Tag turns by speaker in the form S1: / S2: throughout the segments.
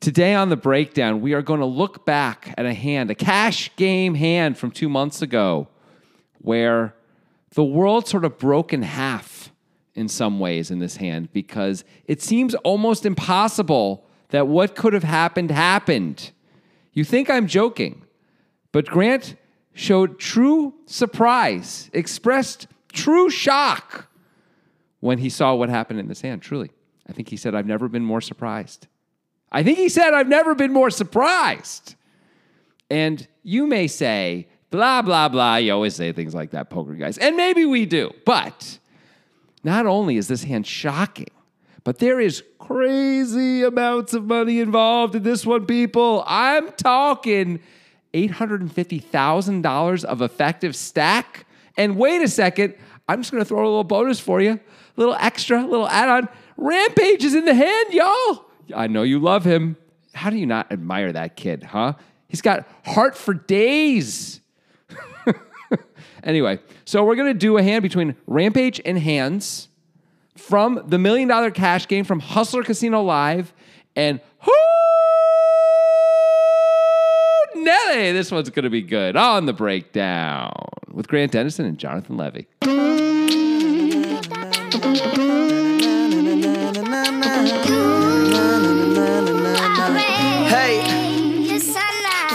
S1: Today on the breakdown, we are going to look back at a hand, a cash game hand from two months ago, where the world sort of broke in half in some ways in this hand because it seems almost impossible that what could have happened happened. You think I'm joking, but Grant showed true surprise, expressed true shock when he saw what happened in this hand, truly. I think he said, I've never been more surprised. I think he said, I've never been more surprised. And you may say, blah, blah, blah. You always say things like that, poker guys. And maybe we do. But not only is this hand shocking, but there is crazy amounts of money involved in this one, people. I'm talking $850,000 of effective stack. And wait a second, I'm just going to throw a little bonus for you, a little extra, a little add on. Rampage is in the hand, y'all. I know you love him. How do you not admire that kid, huh? He's got heart for days. anyway, so we're going to do a hand between Rampage and Hands from the Million Dollar Cash Game from Hustler Casino Live and Hoo Nelly. This one's going to be good on the breakdown with Grant Dennison and Jonathan Levy.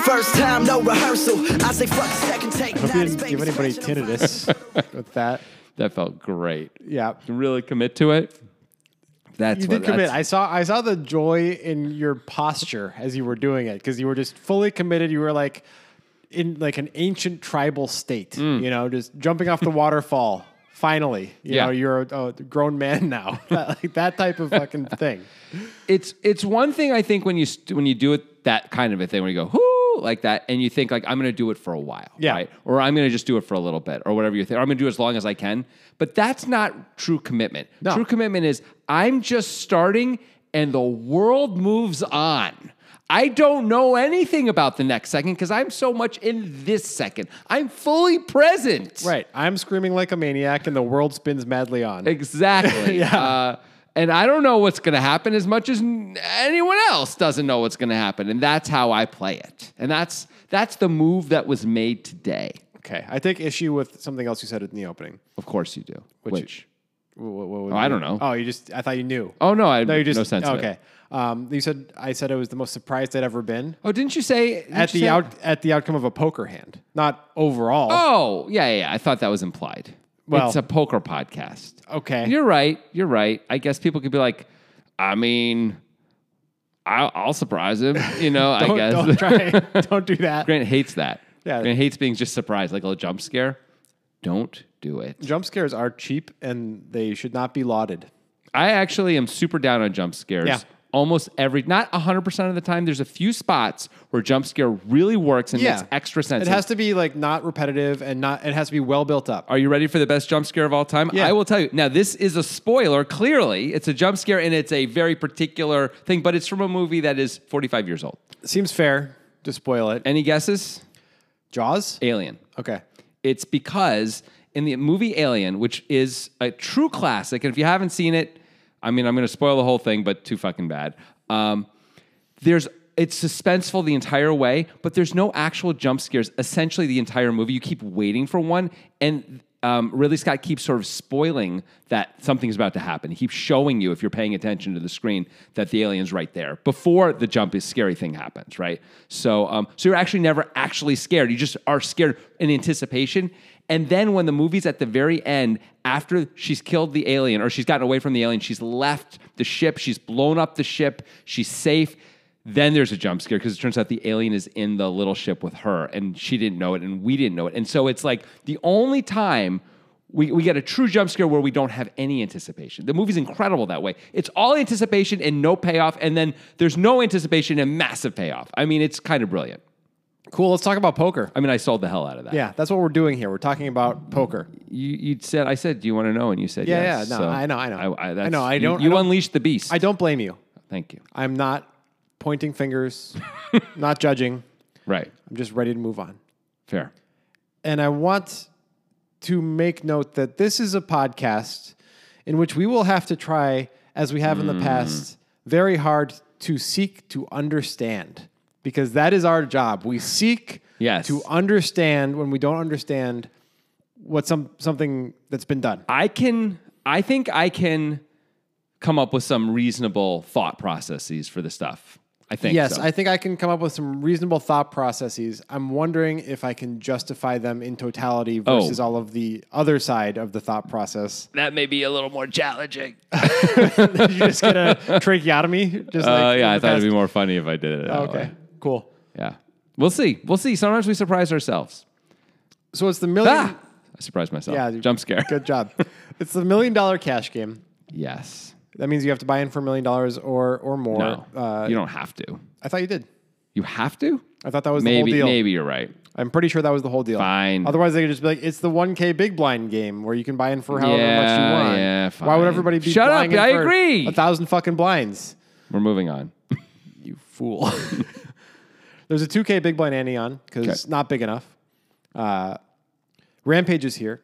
S2: First time, no rehearsal. I say fuck second take.
S3: I hope you didn't give anybody tinnitus with that.
S1: That felt great.
S3: Yeah.
S1: Really commit to it. That's
S3: You
S1: what
S3: did commit.
S1: that's-
S3: I saw I saw the joy in your posture as you were doing it because you were just fully committed. You were like in like an ancient tribal state, you know, just jumping off the waterfall. Finally, you
S1: Yeah.
S3: know, you're a, a grown man now. like that type of fucking thing.
S1: it's it's one thing I think when you st- when you do it that kind of a thing when you go whoo like that and you think like I'm going to do it for a while,
S3: Yeah.
S1: right? Or I'm going to just do it for a little bit or whatever you think. Or I'm going to do it as long as I can. But that's not true commitment.
S3: No.
S1: True commitment is I'm just starting and the world moves on. I don't know anything about the next second because I'm so much in this second. I'm fully present.
S3: Right. I'm screaming like a maniac, and the world spins madly on.
S1: Exactly.
S3: Yeah.
S1: uh, and I don't know what's going to happen as much as n- anyone else doesn't know what's going to happen, and that's how I play it. And that's that's the move that was made today.
S3: Okay. I take issue with something else you said in the opening.
S1: Of course you do. Which?
S3: Wh- wh- what would
S1: Oh, I
S3: you-
S1: don't know.
S3: Oh, you just. I thought you knew.
S1: oh no, I
S3: No, you just
S1: no sense. of it.
S3: Okay. Um, you said I said it was the most surprised I'd ever been
S1: Oh, didn't you say didn't
S3: at
S1: you
S3: the
S1: say-
S3: out at the outcome of a poker hand, not overall.
S1: Oh yeah, yeah, yeah. I thought that was implied.
S3: Well-
S1: it's a poker podcast.
S3: Okay.
S1: You're right. You're right. I guess people could be like, I mean, I'll, I'll surprise him. You know, I
S3: don't,
S1: guess.
S3: don't try. don't do that.
S1: Grant hates that.
S3: Yeah.
S1: Grant hates being just surprised, like a little jump scare. Don't do it.
S3: Jump scares are cheap and they should not be lauded.
S1: I actually am super down on jump scares.
S3: Yeah.
S1: Almost every, not 100% of the time, there's a few spots where jump scare really works and makes extra sense.
S3: It has to be like not repetitive and not. It has to be well built up.
S1: Are you ready for the best jump scare of all time?
S3: Yeah.
S1: I will tell you. Now, this is a spoiler. Clearly, it's a jump scare and it's a very particular thing, but it's from a movie that is 45 years old.
S3: Seems fair to spoil it.
S1: Any guesses?
S3: Jaws.
S1: Alien.
S3: Okay.
S1: It's because in the movie Alien, which is a true classic, and if you haven't seen it, I mean, I'm going to spoil the whole thing, but too fucking bad. Um, there's it's suspenseful the entire way, but there's no actual jump scares. Essentially, the entire movie, you keep waiting for one, and um, Ridley Scott keeps sort of spoiling that something's about to happen. He keeps showing you, if you're paying attention to the screen, that the alien's right there before the jump is scary thing happens, right? So, um, so you're actually never actually scared. You just are scared in anticipation. And then when the movie's at the very end, after she's killed the alien or she's gotten away from the alien, she's left the ship, she's blown up the ship, she's safe. Then there's a jump scare because it turns out the alien is in the little ship with her and she didn't know it and we didn't know it. And so it's like the only time we, we get a true jump scare where we don't have any anticipation. The movie's incredible that way. It's all anticipation and no payoff. And then there's no anticipation and massive payoff. I mean, it's kind of brilliant.
S3: Cool. Let's talk about poker.
S1: I mean, I sold the hell out of that.
S3: Yeah, that's what we're doing here. We're talking about poker.
S1: You you said I said, do you want to know? And you said,
S3: Yeah,
S1: yes.
S3: yeah, no, I know, I know.
S1: I,
S3: I
S1: that's-
S3: know, I
S1: you-
S3: don't- I
S1: You,
S3: don't-
S1: unleashed the beast.
S3: I don't blame you.
S1: Thank you.
S3: I'm not pointing fingers, not judging.
S1: Right.
S3: I'm just ready to move on.
S1: Fair.
S3: And I want to make note that this is a
S1: Mm.
S3: podcast in which we will have to try, as we have in the past, very hard to seek to understand because that is our job. We seek
S1: Yes.
S3: to understand when we don't understand what some something that's been done.
S1: I can I think I can come up with some reasonable thought processes for the stuff. I think
S3: Yes,
S1: so.
S3: I think I can come up with some reasonable thought processes. I'm wondering if I can justify them in totality
S1: Oh.
S3: versus all of the other side of the thought process.
S1: that may be a little more challenging.
S3: Did you just get a tracheotomy? Just
S1: Oh
S3: like
S1: yeah, I
S3: the
S1: thought it'd
S3: past-
S1: be more funny if I did it. that
S3: okay.
S1: way.
S3: Cool.
S1: Yeah. We'll see. We'll see. Sometimes we surprise ourselves.
S3: So it's the million.
S1: Ah! I surprised myself.
S3: Yeah,
S1: Jump scare.
S3: Good job. it's the million dollar cash game.
S1: Yes.
S3: That means you have to buy in for a million dollars or or more.
S1: No.
S3: Uh,
S1: you don't have to.
S3: I thought you did.
S1: You have to?
S3: I thought that was
S1: Maybe
S3: the whole deal.
S1: maybe you're right.
S3: I'm pretty sure that was the whole deal.
S1: Fine.
S3: Otherwise, they could just be like, "It's the 1K big blind game where you can buy in for however
S1: Yeah,
S3: much you want."
S1: yeah,
S3: Why
S1: fine.
S3: would everybody be
S1: Shut up,
S3: buying in
S1: I
S3: for
S1: agree.
S3: A thousand fucking blinds.
S1: We're moving on.
S3: You fool. There's a 2K big blind Andy on because it's
S1: Okay.
S3: not big enough. Uh, Rampage is here.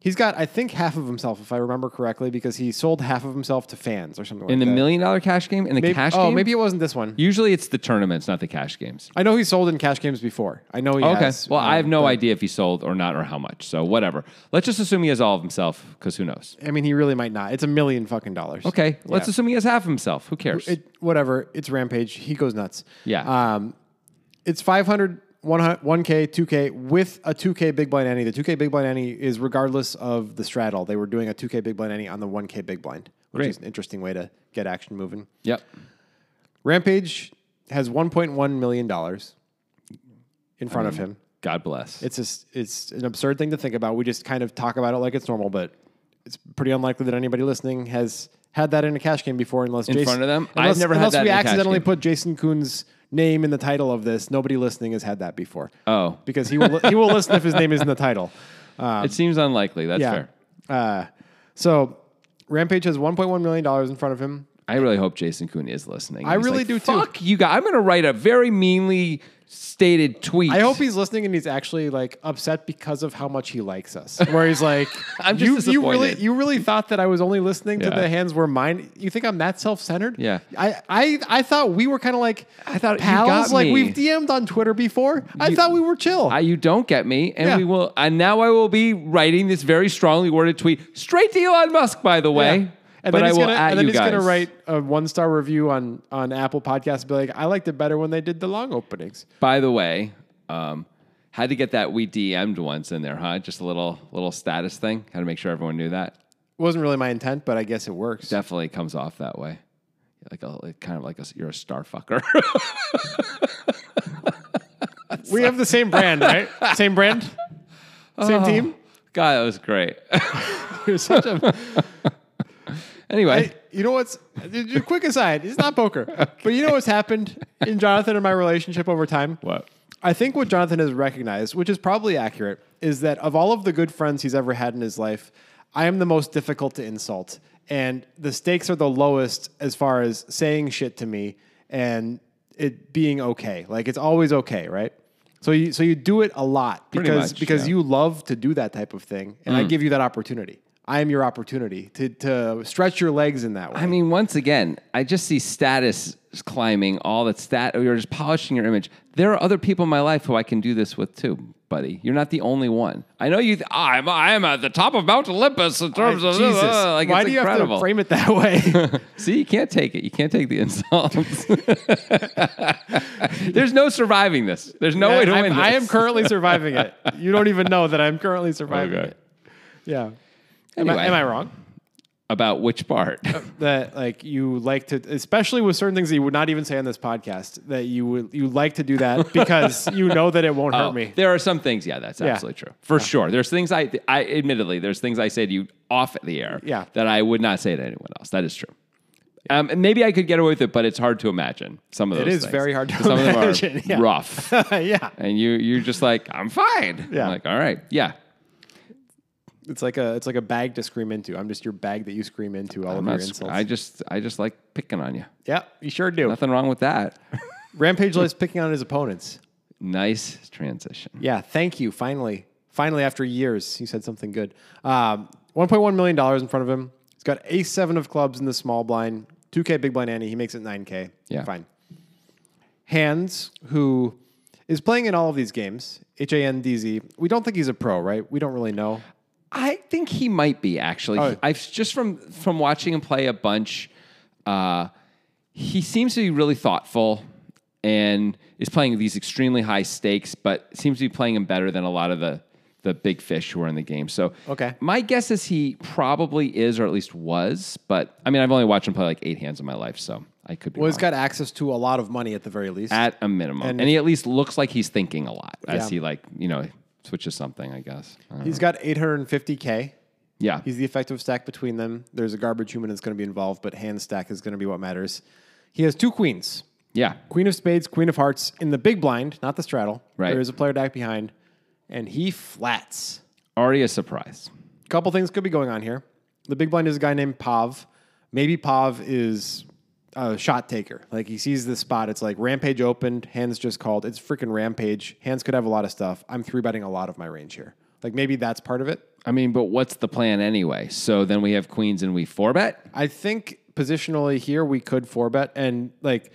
S3: He's got, I think, half of himself, if I remember correctly, because he sold half of himself to fans or something
S1: In
S3: like
S1: the
S3: that.
S1: million dollar cash game? In the
S3: Maybe-
S1: cash
S3: oh,
S1: game?
S3: maybe it wasn't this one.
S1: Usually it's the tournaments, not the cash games.
S3: I know he sold in cash games before. I know he
S1: Okay.
S3: has.
S1: well, I
S3: um,
S1: have no
S3: but-
S1: idea if he sold or not or how much. So whatever. Let's just assume he has all of himself because who knows?
S3: I mean, he really might not. It's a million fucking dollars.
S1: Okay. Let's
S3: Yeah.
S1: assume he has half himself. Who cares?
S3: It, whatever. It's Rampage. He goes nuts.
S1: Yeah.
S3: Um, it's 500, 100 1K, 2K with a 2K Big Blind Annie. The 2K Big Blind Annie is regardless of the straddle. They were doing a 2K Big Blind Annie on the 1K Big Blind, which
S1: Great.
S3: is an interesting way to get action moving.
S1: yep.
S3: Rampage has $1.1 million in front of him.
S1: God bless.
S3: It's just, it's an absurd thing to think about. We just kind of talk about it like it's normal, but it's pretty unlikely that anybody listening has had that in a cash game before, unless in Jason,
S1: front of them? I've
S3: Unless,
S1: never had
S3: unless
S1: that
S3: we
S1: in a cash
S3: accidentally
S1: game.
S3: put Jason Kuhn's name in the title of this. Nobody listening has had that before.
S1: Oh.
S3: because he will he will listen if his name is in the title.
S1: it seems unlikely. That's
S3: Yeah.
S1: fair.
S3: Uh, so Rampage has 1.1 million dollars in front of him.
S1: I really hope Jason Kuhn is listening.
S3: I
S1: He's
S3: really
S1: like,
S3: do too.
S1: Fuck you guys. I'm going to write a very meanly stated tweet.
S3: I hope he's listening and he's actually like upset because of how much he likes us. Where he's like,
S1: I'm just
S3: you, you really,
S1: disappointed."
S3: you really thought that I was only listening to
S1: Yeah.
S3: the hands were mine. You think I'm that self centered?
S1: Yeah.
S3: I, I, I thought we were kind of like,
S1: I thought you
S3: pals.
S1: got
S3: like
S1: me.
S3: we've DM'd on Twitter before. I
S1: You-
S3: thought we were chill.
S1: I, you don't get me, and
S3: Yeah.
S1: we will. And now I will be writing this very strongly worded tweet straight to Elon Musk. By the
S3: Yeah.
S1: way,
S3: And
S1: but
S3: then
S1: I
S3: he's
S1: will
S3: gonna,
S1: at
S3: and then
S1: you
S3: he's
S1: guys.
S3: gonna write a one star review on on Apple Podcasts. and Be like, I liked it better when they did the long openings.
S1: By the way, um, had to get that we DM'd once in there, huh? Just a little little status thing. Had to make sure everyone knew that.
S3: wasn't really my intent, but I guess it works.
S1: Definitely comes off that way. Like a like kind of like a, you're a star fucker.
S3: we have the same brand, right? same brand, same team.
S1: God, that was great.
S3: You're such a
S1: anyway,
S3: Hey, you know what's just quick aside? It's not poker, but you know what's happened in Jonathan and my relationship over time.
S1: What?
S3: I think what Jonathan has recognized, which is probably accurate, is that of all of the good friends he's ever had in his life, I am the most difficult to insult, and the stakes are the lowest as far as saying shit to me and it being okay. Like it's always okay, right? So you so you do it a lot because
S1: much,
S3: because
S1: yeah. Mm.
S3: you you love to do that type of thing, and I give you that opportunity. I am your opportunity to, to stretch your legs in that way.
S1: I mean, once again, I just see status climbing all that stat. Or you're just polishing your image. There are other people in my life who I can do this with too, buddy. You're not the only one. I know you. Th- I'm I'm at the top of Mount Olympus in terms of uh,
S3: Jesus,
S1: like
S3: uh, why
S1: it's
S3: do you
S1: incredible.
S3: have to frame it that way?
S1: See, you can't take it. You can't take the insults. There's no surviving this. There's no way to
S3: I'm-
S1: win this.
S3: I am currently surviving it. You don't even know that I'm currently surviving
S1: Okay.
S3: it. Yeah. Am,
S1: Anyway,
S3: I, am I wrong? Uh,
S1: about which part?
S3: That like you like to, especially with certain things that you would not even say on this podcast, that you would you like to do that because you know that it won't hurt me.
S1: There are some things, yeah, that's
S3: Yeah.
S1: absolutely true. For sure. There's things I, I admittedly, there's things I say to you off the air
S3: Yeah.
S1: that I would not say to anyone else. That is true. Um, and maybe I could get away with it, but it's hard to imagine some of those
S3: It is
S1: things.
S3: very hard to
S1: some of
S3: imagine,
S1: them are
S3: yeah.
S1: rough.
S3: yeah,
S1: and you, you're just like, I'm fine.
S3: Yeah.
S1: I'm like, all right. Yeah.
S3: it's like a it's like a bag to scream into. I'm just your bag that you scream into. All
S1: I'm
S3: of
S1: not
S3: your
S1: sc-
S3: insults.
S1: I just, I just like picking on you.
S3: yeah, you sure do.
S1: Nothing wrong with that.
S3: Rampage likes picking on his opponents.
S1: nice transition.
S3: Yeah, thank you. Finally, finally, after years, he said something good. Um, $1.1 million in front of him. He's got ace seven of clubs in the small blind, 2K Big Blind Annie. He makes it 9K.
S1: Yeah.
S3: Fine. Hands, who is playing in all of these games, H A N D Z. We don't think he's a pro, right? We don't really know.
S1: I think he might be actually.
S3: Oh.
S1: I've just from from watching him play a bunch. Uh, he seems to be really thoughtful and is playing these extremely high stakes, but seems to be playing them better than a lot of the the big fish who are in the game. So,
S3: Okay.
S1: my guess is he probably is, or at least was. But I mean, I've only watched him play like eight hands in my life, so I could be
S3: Well, he's
S1: wrong.
S3: got access to a lot of money at the very least.
S1: at a minimum, and,
S3: and-
S1: he at least looks like he's thinking a lot as
S3: Yeah.
S1: he like you know switches something. I guess. I don't know.
S3: he's got 850K.
S1: yeah.
S3: He's the effective stack between them. There's a garbage human that's going to be involved, but hand stack is going to be what matters. He has two queens
S1: yeah.
S3: Queen of Spades, Queen of Hearts in the big blind, not the straddle.
S1: Right.
S3: There is a player deck behind, and he flats.
S1: Already a surprise.
S3: couple things could be going on here. The big blind is a guy named Pav. Maybe Pav is a shot taker. Like he sees this spot. It's like rampage opened, hands just called. It's freaking rampage. Hands could have a lot of stuff. I'm three betting a lot of my range here. Like maybe that's part of it.
S1: I mean, but what's the plan anyway? So then we have queens and we four bet.
S3: I think positionally here we could four bet and like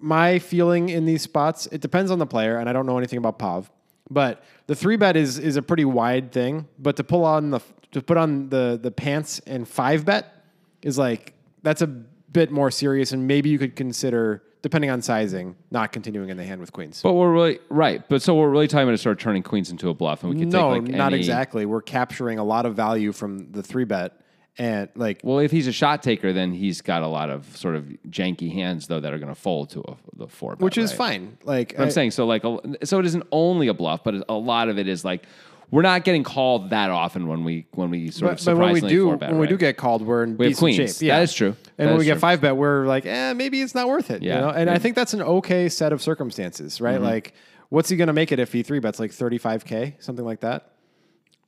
S3: my feeling in these spots it depends on the player and I don't know anything about Pav but the three bet is is a pretty wide thing but to pull on the to put on the the pants and five bet is like that's a bit more serious and maybe you could consider depending on sizing not continuing in the hand with queens
S1: But we're really right. But so we're really talking about sort of turning queens into a bluff, and we could
S3: no
S1: take like
S3: not
S1: any-
S3: exactly we're capturing a lot of value from the three bet and like
S1: Well, if he's a shot taker, then he's got a lot of sort of janky hands though that are going to fold to a, the four bet,
S3: which is
S1: right?
S3: fine like
S1: But I'm
S3: I-
S1: saying so like a, so it isn't only a bluff, but a lot of it is like we're not getting called that often when we when we sort of
S3: but, but when
S1: surprisingly
S3: we do
S1: four bet.
S3: when we do
S1: right?
S3: get called, we're in
S1: have
S3: decent
S1: queens.
S3: shape. Yeah,
S1: That is true. That
S3: And when
S1: is
S3: we
S1: true.
S3: get five bet, we're like, eh, maybe it's not worth it.
S1: Yeah. Mm-hmm.
S3: You know? And I
S1: And-
S3: think that's an okay set of circumstances, right? Like, what's he going to make it if he three bets like thirty five k, something like that?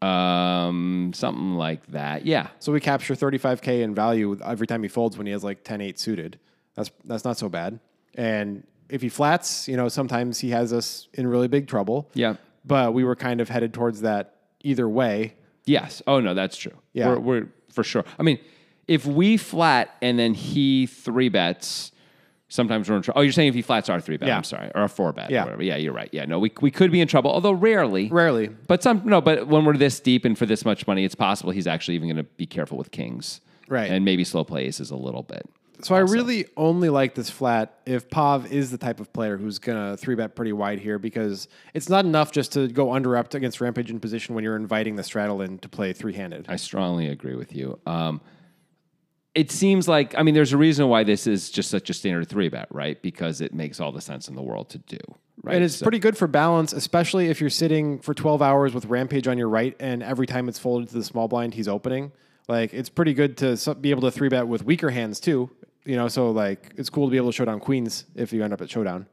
S1: um something like that. Yeah,
S3: So we capture thirty five k in value with- every time he folds when he has like 10-8 suited. That's that's not so bad. And if he flats, you know, sometimes he has us in really big trouble.
S1: Yeah.
S3: But we were kind of headed towards that either way.
S1: Yes. Oh no, that's true.
S3: Yeah.
S1: we're, we're for sure. I mean, if we flat and then he three bets, sometimes we're in trouble. Oh, you're saying if he flats our three bet?
S3: Yeah.
S1: I'm sorry, or a four bet?
S3: Yeah.
S1: Or whatever. Yeah, you're right. Yeah, no, we we could be in trouble, although rarely.
S3: Rarely.
S1: But some no, but when we're this deep and for this much money, it's possible he's actually even going to be careful with kings,
S3: Right.
S1: And maybe slow play aces a little bit.
S3: So I really only like this flat if Pav is the type of player who's gonna three bet pretty wide here because it's not enough just to go under up against rampage in position when you're inviting the straddle in to play three handed.
S1: I strongly agree with you. Um, it seems like I mean, there's a reason why this is just such a standard three bet, right? Because it makes all the sense in the world to do. Right.
S3: And it's
S1: So-
S3: pretty good for balance, especially if you're sitting for 12 hours with rampage on your right, and every time it's folded to the small blind, he's opening. Like it's pretty good to so- be able to three bet with weaker hands too. You know, so like it's cool to be able to showdown queens if you end up at showdown.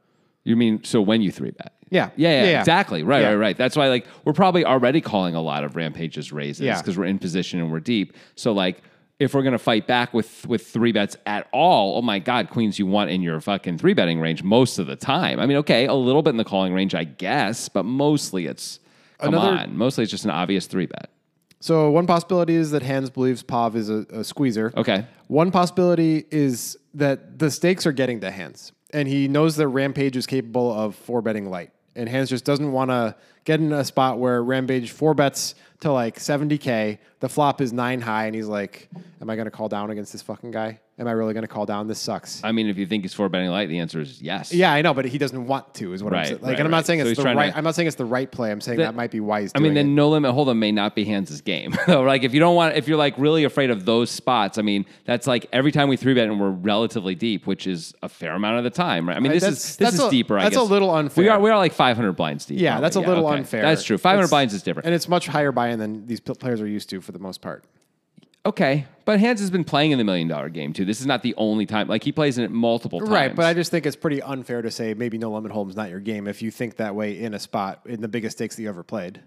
S1: You mean so when you three bet?
S3: Yeah.
S1: Yeah, yeah,
S3: Yeah, yeah.
S1: exactly. Right,
S3: Yeah.
S1: right, right. That's why like we're probably already calling a lot of rampages raises
S3: Yeah.
S1: because we're in position and we're deep. So like if we're gonna fight back with with three bets at all, oh my god, queens you want in your fucking three betting range most of the time. I mean, okay, a little bit in the calling range, I guess, but mostly it's come
S3: Another-
S1: on. Mostly it's just an obvious three bet.
S3: So one possibility is that Hans believes Pav is a, a squeezer.
S1: Okay.
S3: One possibility is that the stakes are getting to Hans, and he knows that Rampage is capable of four betting light, and Hans just doesn't want to get in a spot where Rampage four bets to like seventy k. The flop is nine high, and he's like, "Am I going to call down against this fucking guy? Am I really going to call down? This sucks."
S1: I mean, if you think it's four betting light, the answer is yes.
S3: yeah, I know, but he doesn't want to. Is what I'm
S1: Right,
S3: saying. Like,
S1: right,
S3: and I'm not
S1: right.
S3: saying
S1: So
S3: it's
S1: he's
S3: the
S1: trying to-
S3: right. I'm not saying it's the right play. I'm saying that, might be wise.
S1: I mean,
S3: doing
S1: then
S3: it.
S1: no limit hold'em may not be Hans' game though. Like if you don't want, if you're like really afraid of those spots, I mean, that's like every time we three bet and we're relatively deep, which is a fair amount of the time, right? I mean,
S3: Uh,
S1: this
S3: that's-
S1: is this
S3: that's
S1: is
S3: a-
S1: deeper. I
S3: that's a
S1: guess.
S3: little
S1: We are
S3: unfair.
S1: we are like 500 blinds deep.
S3: Yeah,
S1: probably.
S3: that's a little
S1: okay.
S3: unfair.
S1: That's true. 500
S3: It's-
S1: blinds is different.
S3: and it's much higher buy-in than these p- players are used to for the most part.
S1: okay, but Hans has been playing in the million dollar game too. This is not the only time. Like he plays in it multiple times.
S3: Right, but I just think it's pretty unfair to say maybe no limit hold'em's not your game if you think that way in a spot in the biggest stakes that you ever played.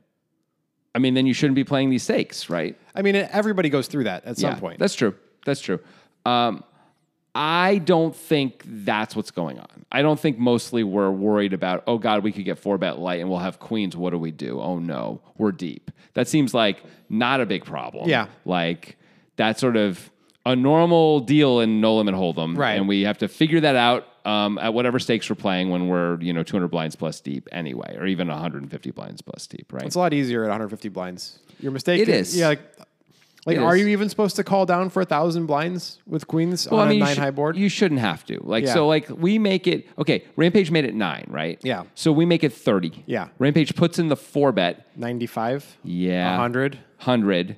S1: I mean, then you shouldn't be playing these stakes, right?
S3: I mean, everybody goes through that at some point.
S1: That's true. That's true. Um, I don't think that's what's going on. I don't think mostly we're worried about, oh God, we could get four bet light and we'll have queens. What do we do? Oh no, we're deep. That seems like not a big problem.
S3: Yeah.
S1: Like that sort of, a normal deal in No Limit Hold'em,
S3: Right.
S1: And we have to figure that out um, at whatever stakes we're playing when we're you know 200 blinds plus deep anyway, or even 150 blinds plus deep, right?
S3: It's a lot easier at 150 blinds. Your mistake.
S1: It is.
S3: Yeah. Like, like
S1: It
S3: are
S1: is.
S3: you even supposed to call down for a thousand blinds with queens
S1: Well,
S3: on a
S1: you
S3: nine
S1: should-
S3: high board?
S1: You shouldn't have to. Like
S3: Yeah.
S1: so, like we make it okay. Rampage made it nine, right?
S3: Yeah.
S1: So we make it thirty.
S3: Yeah.
S1: Rampage puts in the four bet.
S3: 95.
S1: Yeah.
S3: 100.
S1: Hundred.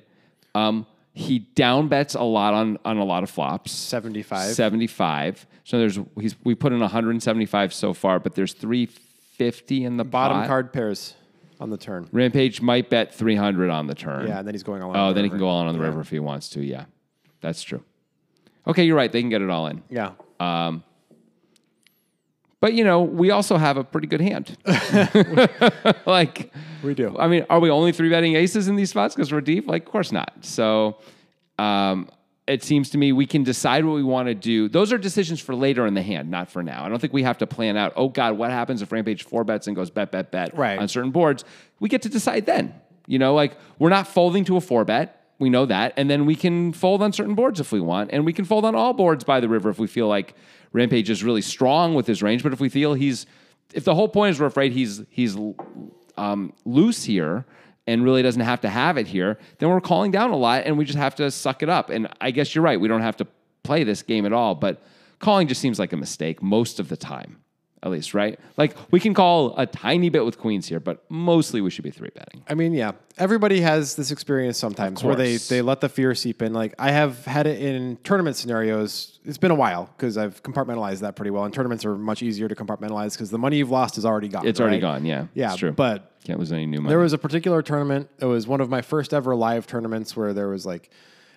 S1: Um, he down bets a lot on on a lot of flops.
S3: 75.
S1: 75. So there's he's we put in 175 so far, but there's 350 in the
S3: Bottom
S1: pot.
S3: card pairs on the turn.
S1: Rampage might bet 300 on the turn.
S3: Yeah, and then he's going all in
S1: Oh,
S3: on the
S1: then he can
S3: river.
S1: go all in on the river if he wants to. Yeah, that's true. Okay, you're right. They can get it all in.
S3: Yeah.
S1: But you know, we also have a pretty good hand. like
S3: We do.
S1: I mean, are we only three betting aces in these spots because we're deep? Like, of course not. So, um, it seems to me we can decide what we want to do. Those are decisions for later in the hand, not for now. I don't think we have to plan out. Oh God, what happens if Rampage four bets and goes bet bet bet
S3: Right.
S1: on certain boards? We get to decide then. You know, like we're not folding to a four bet. We know that, and then we can fold on certain boards if we want, and we can fold on all boards by the river if we feel like Rampage is really strong with his range. But if we feel he's, if the whole point is we're afraid he's he's um, loose here and really doesn't have to have it here, then we're calling down a lot and we just have to suck it up. And I guess you're right. We don't have to play this game at all, but calling just seems like a mistake most of the time, at least, right? Like we can call a tiny bit with queens here, but mostly we should be three betting.
S3: I mean, yeah. Everybody has this experience sometimes where they,
S1: course.
S3: they let the fear seep in. Like I have had it in tournament scenarios. It's been a while because I've compartmentalized that pretty well. And tournaments are much easier to compartmentalize because the money you've lost is already gone.
S1: It's already
S3: right?
S1: gone. Yeah.
S3: Yeah.
S1: It's true.
S3: But
S1: can't lose any new money.
S3: There was a particular tournament. It was one of my first ever live tournaments where there was like,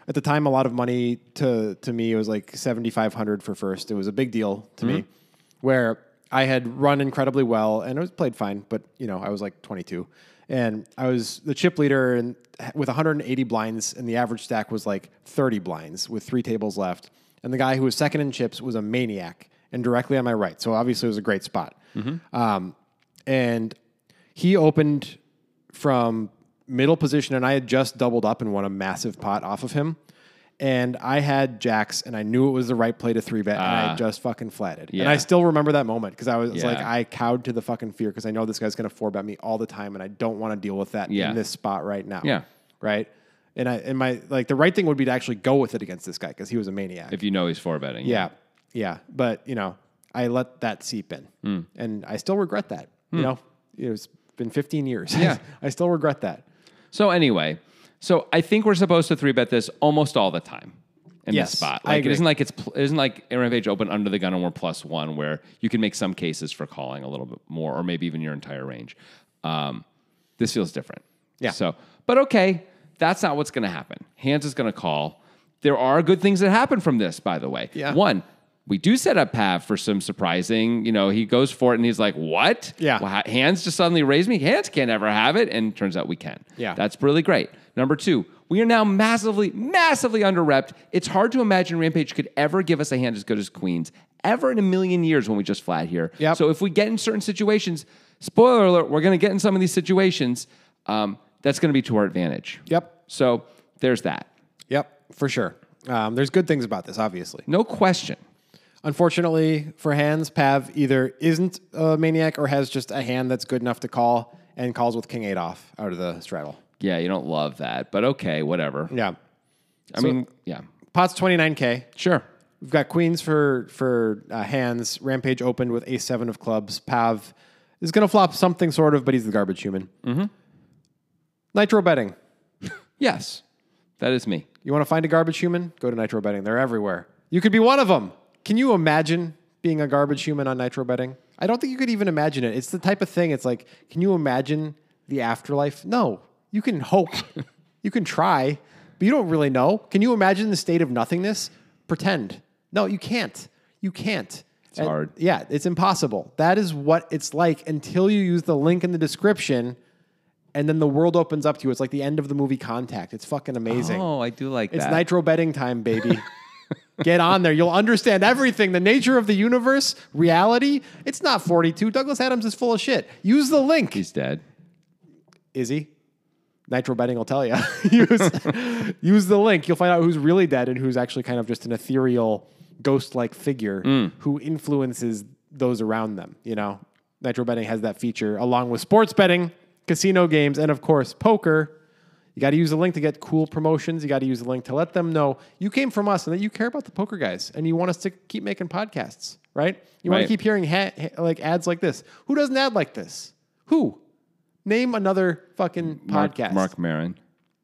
S3: at the time, a lot of money to to me. It was like seventy five hundred for first. It was a big deal to me, where I had run incredibly well and I was played fine, but you know I was like twenty two, and I was the chip leader and with one hundred and eighty blinds, and the average stack was like thirty blinds with three tables left, and the guy who was second in chips was a maniac and directly on my right. So obviously it was a great spot. Um, and he opened from middle position, and I had just doubled up and won a massive pot off of him. And I had jacks, and I knew it was the right play to three bet, and I just fucking flatted. And
S1: Ah. Yeah.
S3: I still remember that moment because I was
S1: Yeah.
S3: like, I cowed to the fucking fear because I know this guy's gonna four bet me all the time, and I don't want to deal with that
S1: Yeah.
S3: in this spot right now.
S1: Yeah.
S3: right. And I and my like the right thing would be to actually go with it against this guy because he was a maniac.
S1: if you know he's four betting.
S3: Yeah, yeah, but you know, I let that seep in, and I still regret that. You know, it's been 15 years.
S1: Yeah.
S3: I still regret that.
S1: So anyway, so I think we're supposed to three bet this almost all the time in
S3: Yes,
S1: this spot.
S3: I
S1: Like
S3: agree.
S1: it isn't like it's pl- it isn't like rampage open under the gun and we're plus one where you can make some cases for calling a little bit more or maybe even your entire range. Um, this feels different.
S3: Yeah.
S1: So, but okay, that's not what's going to happen. Hands is going to call. There are good things that happen from this, by the way.
S3: Yeah.
S1: One. We do set up Pav for some surprising, you know, he goes for it and he's like, what?
S3: Yeah.
S1: Well, ha- hands just suddenly raised me. Hands can't ever have it. And turns out we can.
S3: Yeah.
S1: That's really great. Number two, we are now massively, massively underrepped. It's hard to imagine Rampage could ever give us a hand as good as Queens, ever in a million years when we just flat here.
S3: Yep.
S1: So if we get in certain situations, spoiler alert, we're going to get in some of these situations. Um, that's going to be to our advantage.
S3: Yep.
S1: So there's that.
S3: Yep, for sure. Um, there's good things about this, obviously.
S1: No question.
S3: Unfortunately for hands, Pav either isn't a maniac or has just a hand that's good enough to call and calls with King Eight off out of the straddle.
S1: Yeah, you don't love that, but okay, whatever.
S3: Yeah,
S1: I mean, yeah,
S3: pot's 29k.
S1: sure.
S3: We've got queens for for uh, hands. Rampage opened with ace seven of clubs. Pav is going to flop something sort of, but he's the garbage human. Mm-hmm. Nitro betting.
S1: Yes, that is me.
S3: You want to find a garbage human? Go to nitro betting. They're everywhere. You could be one of them. Can you imagine being a garbage human on nitro betting? I don't think you could even imagine it. It's the type of thing. It's like, can you imagine the afterlife? No. You can hope. you can try, but you don't really know. Can you imagine the state of nothingness? Pretend. No, you can't. You can't. It's
S1: hard.
S3: Yeah, it's impossible. That is what it's like until you use the link in the description and then the world opens up to you. It's like the end of the movie Contact. It's fucking amazing.
S1: Oh, I do like
S3: It's
S1: that.
S3: nitro betting time, baby. Get on there. You'll understand everything the nature of the universe, reality. It's not 42. Douglas Adams is full of shit. Use the link.
S1: He's dead.
S3: Is he? Nitro betting will tell you. use, use the link. You'll find out who's really dead and who's actually kind of just an ethereal ghost like figure who influences those around them. You know, Nitro betting has that feature along with sports betting, casino games, and of course, poker. You got to use the link to get cool promotions. You got to use the link to let them know you came from us and that you care about the poker guys and you want us to keep making podcasts, right? You want
S1: Right.
S3: to keep hearing ha- ha- like ads like this. Who doesn't ad like this? Who? Name another fucking
S1: Mark-
S3: podcast.
S1: Mark Maron.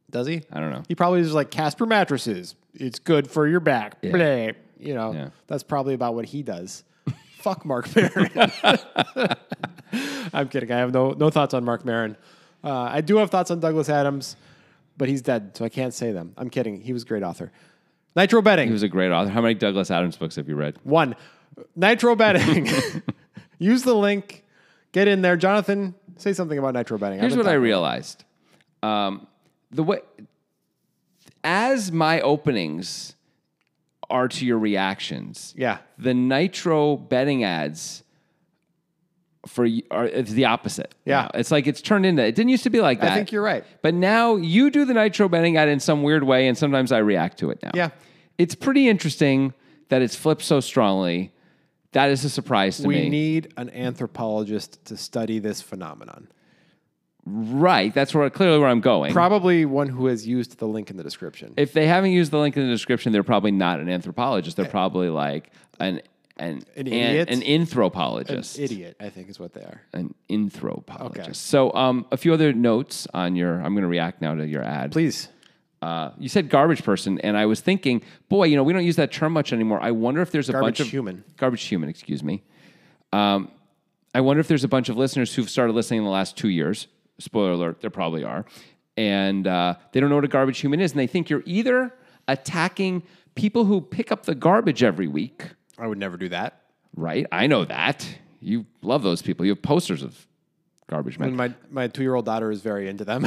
S3: Does he?
S1: I don't know.
S3: He probably is like Casper mattresses. It's good for your back. Blah. You know,
S1: Yeah.
S3: that's probably about what he does. Fuck Mark Maron. I'm kidding. I have no no thoughts on Mark Maron. Uh, I do have thoughts on Douglas Adams, but he's dead, so I can't say them. I'm kidding. He was a great author. Nitro betting.
S1: He was a great author. How many Douglas Adams books have you read?
S3: One, Nitro betting. Use the link. Get in there, Jonathan. Say something about Nitro betting. I've
S1: Here's
S3: been
S1: what I
S3: talking.
S1: realized. Um, the way as my openings are to your reactions.
S3: Yeah.
S1: The nitro betting ads for y- are it's the opposite.
S3: Yeah.
S1: Now. It's like it's turned into it didn't used to be like
S3: I
S1: that.
S3: think you're right.
S1: But now you do the nitro betting ad in some weird way and sometimes I react to it now.
S3: Yeah.
S1: It's pretty interesting that it's flipped so strongly. That is a surprise to
S3: We
S1: me.
S3: need an anthropologist to study this phenomenon.
S1: right. That's where clearly where I'm going.
S3: Probably one who has used the link in the description.
S1: if they haven't used the link in the description, they're probably not an anthropologist. They're probably like an an an
S3: Eh. idiot?
S1: an, anthropologist,
S3: Idiot, I think is what they are.
S1: an anthropologist. So, um, a few other notes on your. I'm going to react now to your ad.
S3: Please.
S1: Uh, you said garbage person, and I was thinking, boy, you know, we don't use that term much anymore. I wonder if there's a
S3: Garbage
S1: bunch of
S3: human.
S1: garbage human. Excuse me. Um, I wonder if there's a bunch of listeners who've started listening in the last two years. Spoiler alert: there probably are, and uh, they don't know what a garbage human is, and they think you're either attacking people who pick up the garbage every week,
S3: I would never do that.
S1: right? I know that you love those people. You have posters of garbage men.
S3: And my, my two year old daughter is very into them.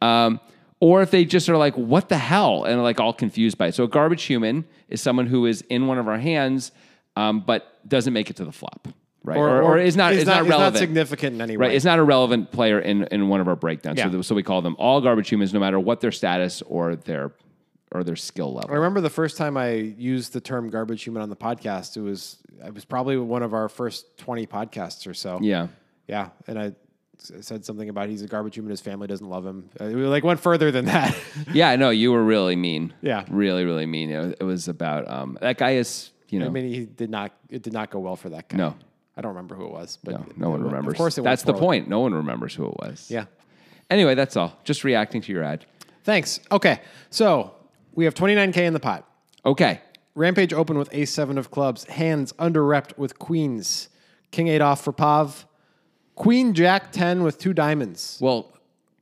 S1: Um, or if they just are like, what the hell? And are like all confused by it. So a garbage human is someone who is in one of our hands, um, but doesn't make it to the flop, right? Or, or, is not, is, not, relevant.
S3: It's not significant in any
S1: Right,
S3: way.
S1: it's not a relevant player in, in one of our breakdowns. So,
S3: Yeah.
S1: th- so we call them all garbage humans, no matter what their status or their or their skill
S3: I
S1: level.
S3: remember the first time I used the term garbage human on the podcast. It was it was probably one of our first 20 podcasts or so.
S1: Yeah,
S3: Yeah. And I s- said something about he's a garbage human, his family doesn't love him. Uh, It like went further than that.
S1: yeah, I know you were really mean.
S3: Yeah.
S1: really, really mean. It was, it was about um, that guy is you know
S3: I mean, he did not it did not go well for that guy.
S1: No.
S3: I don't remember who it was, but
S1: no, no one
S3: it went-
S1: remembers.
S3: Of course it went
S1: that's the
S3: forward.
S1: point. No one remembers who it was.
S3: Yeah.
S1: Anyway, that's all. Just reacting to your ad.
S3: Thanks. Okay. So we have 29K in the pot.
S1: Okay.
S3: Rampage open with ace seven of clubs, hands under rep with queens, king eight off for Pav, queen jack 10 with two diamonds.
S1: Well,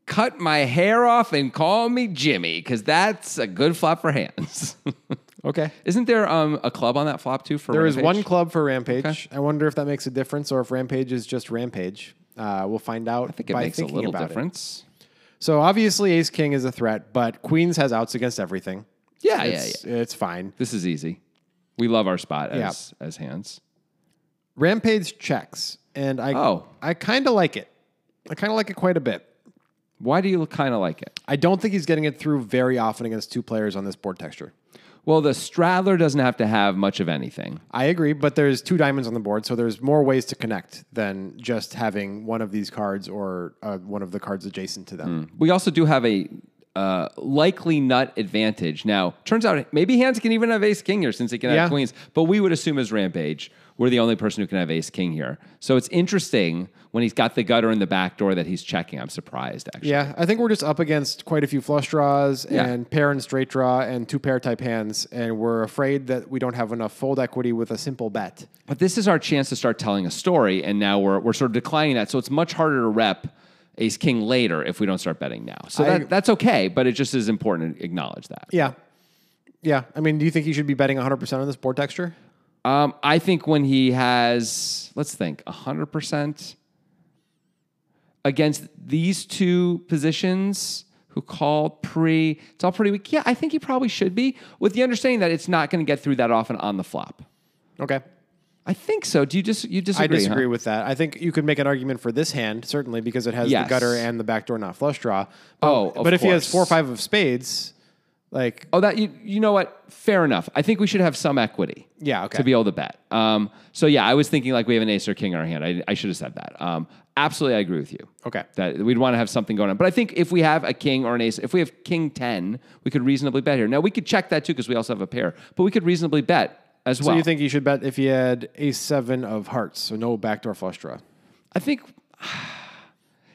S1: cut my hair off and call me Jimmy because that's a good flop for hands.
S3: Okay.
S1: Isn't there um, a club on that flop too? For
S3: There is
S1: Rampage?
S3: one club for Rampage. I wonder if that makes a difference or if Rampage is just Rampage. Uh, we'll find out
S1: I think it
S3: by
S1: makes a
S3: thinking
S1: little
S3: about
S1: difference.
S3: it. So obviously ace king is a threat, but queens has outs against everything.
S1: Yeah, yeah, yeah.
S3: It's, it's fine.
S1: This is easy. We love our spot as as hands.
S3: Rampage checks, and I
S1: Oh.
S3: I kind of like it. I kind of like it quite a bit.
S1: Why do you kind of like it?
S3: I don't think he's getting it through very often against two players on this board texture.
S1: Well, the straddler doesn't have to have much of anything.
S3: I agree, but there's two diamonds on the board, so there's more ways to connect than just having one of these cards or uh, one of the cards adjacent to them.
S1: We also do have a uh, likely nut advantage. Now, turns out maybe hands can even have ace king here since they can
S3: Yeah.
S1: have queens, but we would assume as rampage, we're the only person who can have ace king here. So it's interesting when he's got the gutter in the back door that he's checking. I'm surprised actually.
S3: Yeah, I think we're just up against quite a few flush draws
S1: Yeah.
S3: and pair and straight draw and two pair type hands, and we're afraid that we don't have enough fold equity with a simple bet.
S1: But this is our chance to start telling a story, and now we're, we're sort of declining that. So it's much harder to rep ace king later if we don't start betting now. So
S3: I-
S1: that, that's okay, but it just is important to acknowledge that.
S3: Yeah. Yeah. I mean, do you think he should be betting 100% on this board texture?
S1: Um, I think when he has, let's think, 100% against these two positions who call pre, it's all pretty weak. Yeah, I think he probably should be, with the understanding that it's not going to get through that often on the flop.
S3: Okay.
S1: I think so. Do you just you disagree?
S3: I disagree
S1: huh?
S3: with that. I think you could make an argument for this hand certainly because it has
S1: Yes.
S3: the gutter and the backdoor not flush draw. But,
S1: Oh, of
S3: but if he has
S1: course.
S3: four or five of spades, like
S1: Oh, that you you know what? Fair enough. I think we should have some equity.
S3: Yeah, okay.
S1: To be able to bet. Um. So yeah, I was thinking like we have an ace or king in our hand. I I should have said that. Um. Absolutely, I agree with you.
S3: Okay.
S1: That we'd want to have something going on. But I think if we have a king or an ace, if we have king ten, we could reasonably bet here. Now we could check that too because we also have a pair. But we could reasonably bet as
S3: so
S1: well.
S3: you think you should bet if he had ace seven of hearts, so no backdoor flush draw.
S1: I think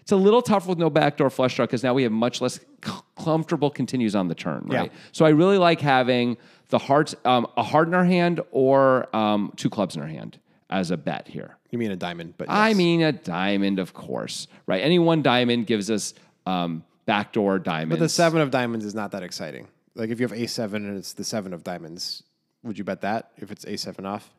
S1: it's a little tough with no backdoor flush draw because now we have much less c- comfortable continues on the turn, right?
S3: Yeah.
S1: So I really like having the hearts, um, a heart in our hand or um, two clubs in our hand as a bet here.
S3: You mean a diamond, but
S1: I
S3: yes.
S1: mean, a diamond, of course, right? Any one diamond gives us um, backdoor diamonds.
S3: But the seven of diamonds is not that exciting. Like if you have ace seven and it's the seven of diamonds, would you bet that if it's ace seven off?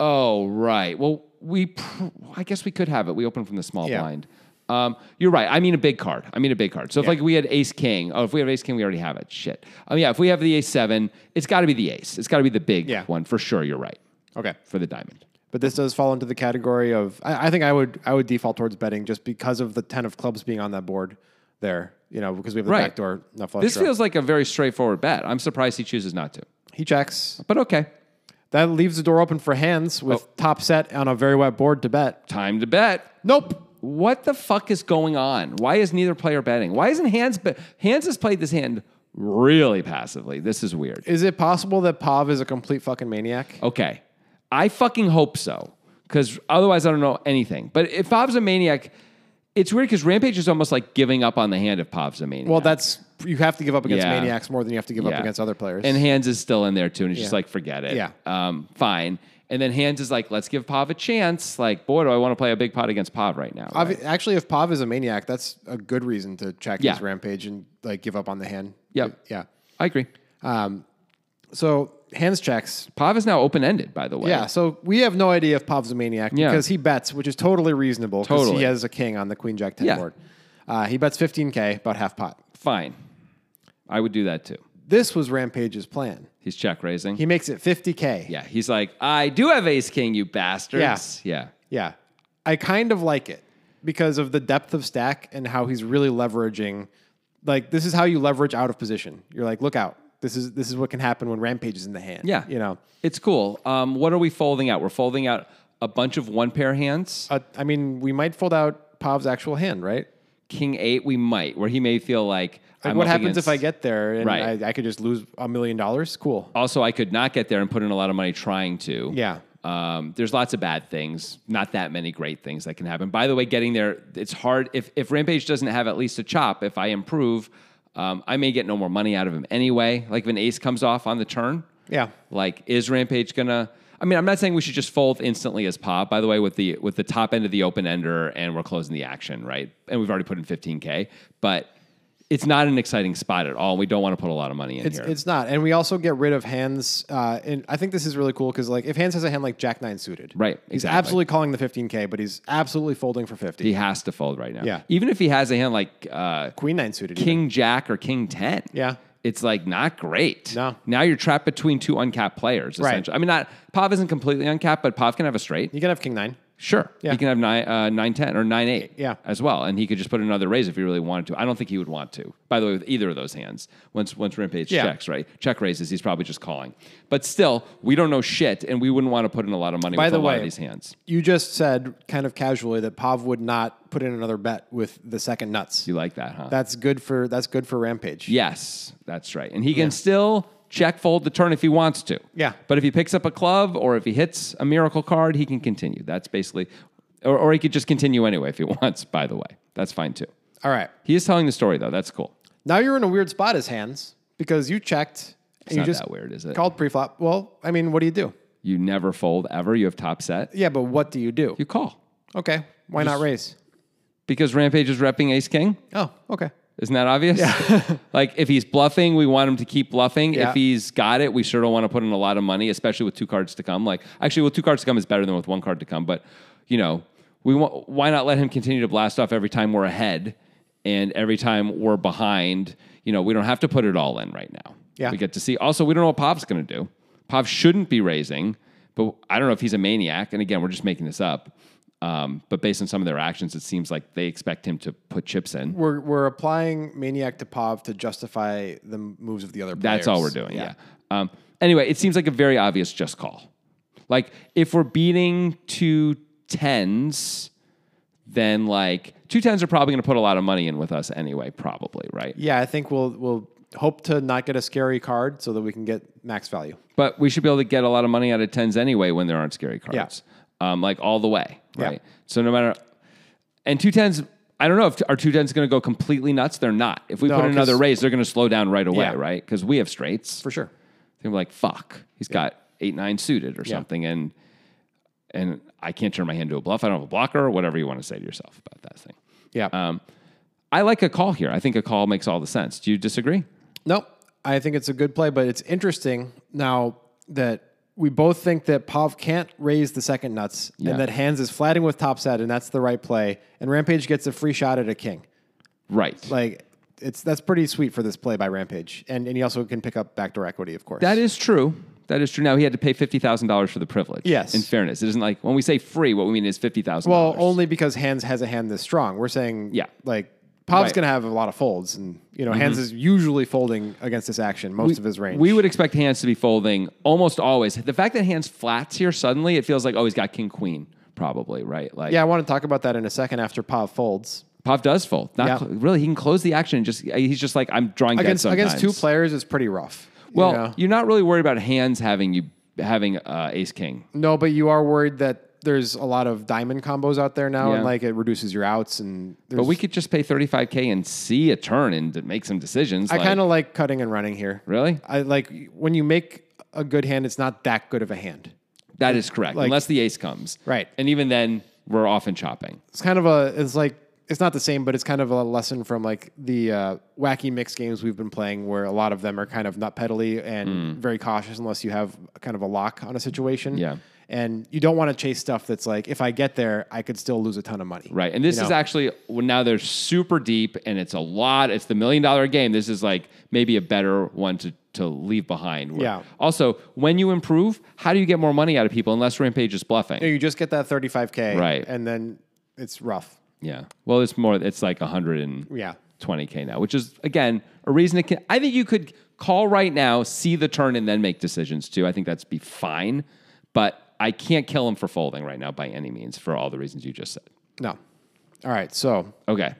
S1: Oh, right. Well, we, pr- I guess we could have it. We open from the small
S3: Yeah.
S1: blind. Um, you're right. I mean a big card. I mean a big card. So if
S3: Yeah.
S1: like we had ace king, oh, if we have ace king, we already have it. Shit. Oh yeah, if we have the ace seven, it's got to be the ace. It's got to be the big
S3: Yeah.
S1: one for sure. You're right
S3: Okay,
S1: for the diamond.
S3: but this does fall into the category of I, I think I would I would default towards betting just because of the ten of clubs being on that board there. You know because we have the
S1: Right.
S3: backdoor not flush
S1: This
S3: draw.
S1: feels like a very straightforward bet. I'm surprised he chooses not to.
S3: he checks.
S1: But okay,
S3: That leaves the door open for hands with
S1: Oh.
S3: top set on a very wet board to bet.
S1: time to bet.
S3: Nope.
S1: What the fuck is going on? Why is neither player betting? Why isn't Hans? Be- Hans has played this hand really passively. This is weird.
S3: Is it possible that Pav is a complete fucking maniac?
S1: Okay. I fucking hope so. Because otherwise, I don't know anything. But if Pav's a maniac, it's weird because Rampage is almost like giving up on the hand if Pav's a maniac.
S3: Well, that's you have to give up against
S1: Yeah.
S3: maniacs more than you have to give up against other players.
S1: And Hans is still in there too. And he's just
S3: Yeah.
S1: like, forget it.
S3: Yeah.
S1: Um, fine. And then Hans is like, let's give Pav a chance. Like, boy, do I want to play a big pot against Pav right now.
S3: Obvi- Actually, if Pav is a maniac, that's a good reason to check
S1: Yeah.
S3: his rampage and like give up on the hand.
S1: Yep.
S3: Yeah.
S1: I agree.
S3: So hands checks.
S1: Pav is now open ended, by the way.
S3: Yeah. So we have no idea if Pav's a maniac
S1: Yeah.
S3: because he bets, which is totally reasonable because
S1: Totally.
S3: he has a king on the queen jack ten
S1: Yeah.
S3: board. Uh, he bets 15k, about half pot.
S1: Fine. I would do that too.
S3: This was Rampage's plan.
S1: He's check raising.
S3: He makes it 50k.
S1: yeah. He's like, I do have ace king, you bastards. yeah.
S3: Yeah. I kind of like it because of the depth of stack and how he's really leveraging like this is how you leverage out of position. You're like, look out. This is this is what can happen when rampage is in the hand.
S1: Yeah.
S3: You know.
S1: It's cool. Um, what are we folding out? We're folding out a bunch of one pair hands.
S3: Uh, I mean, we might fold out Pav's actual hand, right?
S1: King eight, we might, where he may feel like.
S3: Like
S1: I'm
S3: what
S1: up
S3: happens if
S1: against-
S3: I get there and
S1: Right.
S3: I, I could just lose a million dollars? Cool.
S1: Also, I could not get there and put in a lot of money trying to.
S3: Yeah.
S1: Um, there's lots of bad things, not that many great things that can happen. By the way, getting there, it's hard. If, if Rampage doesn't have at least a chop, if I improve, um, I may get no more money out of him anyway. Like if an ace comes off on the turn,
S3: Yeah.
S1: Like, is Rampage gonna? I mean, I'm not saying we should just fold instantly as pop. By the way, with the with the top end of the open ender, and we're closing the action, right? And we've already put in 15k, but it's not an exciting spot at all. We don't want to put a lot of money in
S3: It's,
S1: here.
S3: it's not. And we also get rid of hands. Uh, and I think this is really cool because, like, if hands has a hand like Jack Nine suited,
S1: Right,
S3: He's
S1: exactly.
S3: absolutely calling the 15K, but he's absolutely folding for 50.
S1: he has to fold right now.
S3: Yeah.
S1: Even if he has a hand like uh,
S3: Queen Nine suited. even.
S1: King Jack or King Ten.
S3: Yeah.
S1: It's like not great.
S3: No.
S1: Now you're trapped between two uncapped players.
S3: Right.
S1: Essentially. I mean, not Pav isn't completely uncapped, but Pav can have a straight.
S3: You can have King Nine.
S1: Sure.
S3: Yeah.
S1: He can have nine, uh, nine, ten, or nine, eight.
S3: Yeah.
S1: As well, and he could just put another raise if he really wanted to. I don't think he would want to. By the way, with either of those hands, once once Rampage
S3: Yeah.
S1: checks, right, check raises, he's probably just calling. But still, we don't know shit, and we wouldn't want to put in a lot of money
S3: By
S1: with a
S3: the
S1: lot
S3: way-
S1: of these hands.
S3: You just said kind of casually that Pav would not put in another bet with the second nuts.
S1: You like that, huh?
S3: That's good for that's good for Rampage.
S1: yes, that's right. And he can still check fold the turn if he wants to.
S3: Yeah.
S1: But if he picks up a club or if he hits a miracle card, he can continue. That's basically, or, or he could just continue anyway if he wants. By the way, that's fine too.
S3: All right.
S1: He is telling the story though. That's cool.
S3: Now you're in a weird spot as hands because you checked. and you
S1: not
S3: just
S1: that weird, is it?
S3: Called preflop. Well, I mean, what do you do?
S1: You never fold ever. You have top set.
S3: Yeah, but what do you do?
S1: You call
S3: okay, why not raise?
S1: because Rampage is repping Ace King.
S3: Oh, okay.
S1: Isn't that obvious? like if he's bluffing, we want him to keep bluffing.
S3: Yeah.
S1: If he's got it, we sure don't want to put in a lot of money, especially with two cards to come. Like actually, with two cards to come is better than with one card to come. But you know, we want why not let him continue to blast off every time we're ahead and every time we're behind. You know, we don't have to put it all in right now.
S3: Yeah.
S1: we get to see. Also, we don't know what Pop's going to do. Pop shouldn't be raising. But I don't know if he's a maniac. And again, we're just making this up. Um, but based on some of their actions, it seems like they expect him to put chips in.
S3: We're, we're applying Maniac to Pov to justify the moves of the other players.
S1: That's all we're doing. Yeah. Um, anyway, it seems like a very obvious just call. Like if we're beating two tens, then like two tens are probably going to put a lot of money in with us anyway. Probably right.
S3: Yeah, I think we'll we'll hope to not get a scary card so that we can get max value.
S1: But we should be able to get a lot of money out of tens anyway when there aren't scary cards. Um, like all the way.
S3: Yeah.
S1: Right. So no matter and two tens I don't know if our two tens going to go completely nuts. They're not. If we
S3: No,
S1: put in
S3: 'cause-
S1: another raise, they're going to slow down right away,
S3: Yeah.
S1: right? Because we have straights.
S3: For sure.
S1: They're like, fuck, he's got eight nine suited or
S3: Yeah.
S1: something, and and I can't turn my hand to a bluff. I don't have a blocker or whatever you want to say to yourself about that thing.
S3: Yeah.
S1: Um, I like a call here. I think a call makes all the sense. Do you disagree?
S3: Nope. I think it's a good play, but it's interesting now that we both think that Pav can't raise the second nuts
S1: Yeah.
S3: and that Hands is flatting with top set and that's the right play. And Rampage gets a free shot at a king.
S1: Right.
S3: Like it's that's pretty sweet for this play by Rampage. And and he also can pick up backdoor equity, of course.
S1: that is true. That is true. Now he had to pay fifty thousand dollars for the privilege.
S3: Yes.
S1: In fairness, it isn't like when we say free, what we mean is fifty thousand.
S3: well, only because Hands has a hand this strong. We're saying
S1: Yeah.
S3: like Pov's
S1: Right. Mm-hmm.
S3: gonna have a lot of folds and you know, Hands is usually folding against this action most of his range.
S1: We would expect hands to be folding almost always. The fact that hands flats here suddenly, it feels like oh he's got king queen probably right. Like
S3: Yeah, I want to talk about that in a second after Pav folds.
S1: Pov does fold. Not
S3: Yeah.
S1: cl- really. He can close the action. And just uh, he's just like I'm drawing
S3: against
S1: dead
S3: against two
S1: sometimes.
S3: players is pretty rough. you
S1: Well,
S3: know?
S1: you're not really worried about hands having you having uh, ace king.
S3: no, but you are worried that there's a lot of diamond combos out there now,
S1: Yeah.
S3: and like it reduces your outs. And
S1: But we could just pay 35k and see a turn and d- make some decisions.
S3: I
S1: like-
S3: kind of like cutting and running here.
S1: Really?
S3: I like when you make a good hand. It's not that good of a hand.
S1: that is correct,
S3: like-
S1: unless the ace comes.
S3: Right.
S1: and even then we're often chopping.
S3: It's kind of a. It's like it's not the same, but it's kind of a lesson from like the uh, wacky mix games we've been playing, where a lot of them are kind of nut pedally and very cautious unless you have kind of a lock on a situation.
S1: Hmm. Yeah.
S3: And you don't want to chase stuff that's like, if I get there, I could still lose a ton of money.
S1: Right, and this
S3: You
S1: is
S3: know?
S1: actually well, now they're super deep, and it's a lot. It's the million dollar game. This is like maybe a better one to to leave behind. Where-
S3: Yeah.
S1: Also, when you improve, how do you get more money out of people unless Rampage is bluffing?
S3: You just get that 35K.
S1: Right.
S3: And then it's rough.
S1: Yeah. Well, it's more. It's like 100 and
S3: Yeah.
S1: 20k now, which is again a reason. To, con- I think you could call right now, see the turn, and then make decisions too. I think that's be fine. But I can't kill him for folding right now by any means for all the reasons you just said.
S3: No. All right. So
S1: Okay.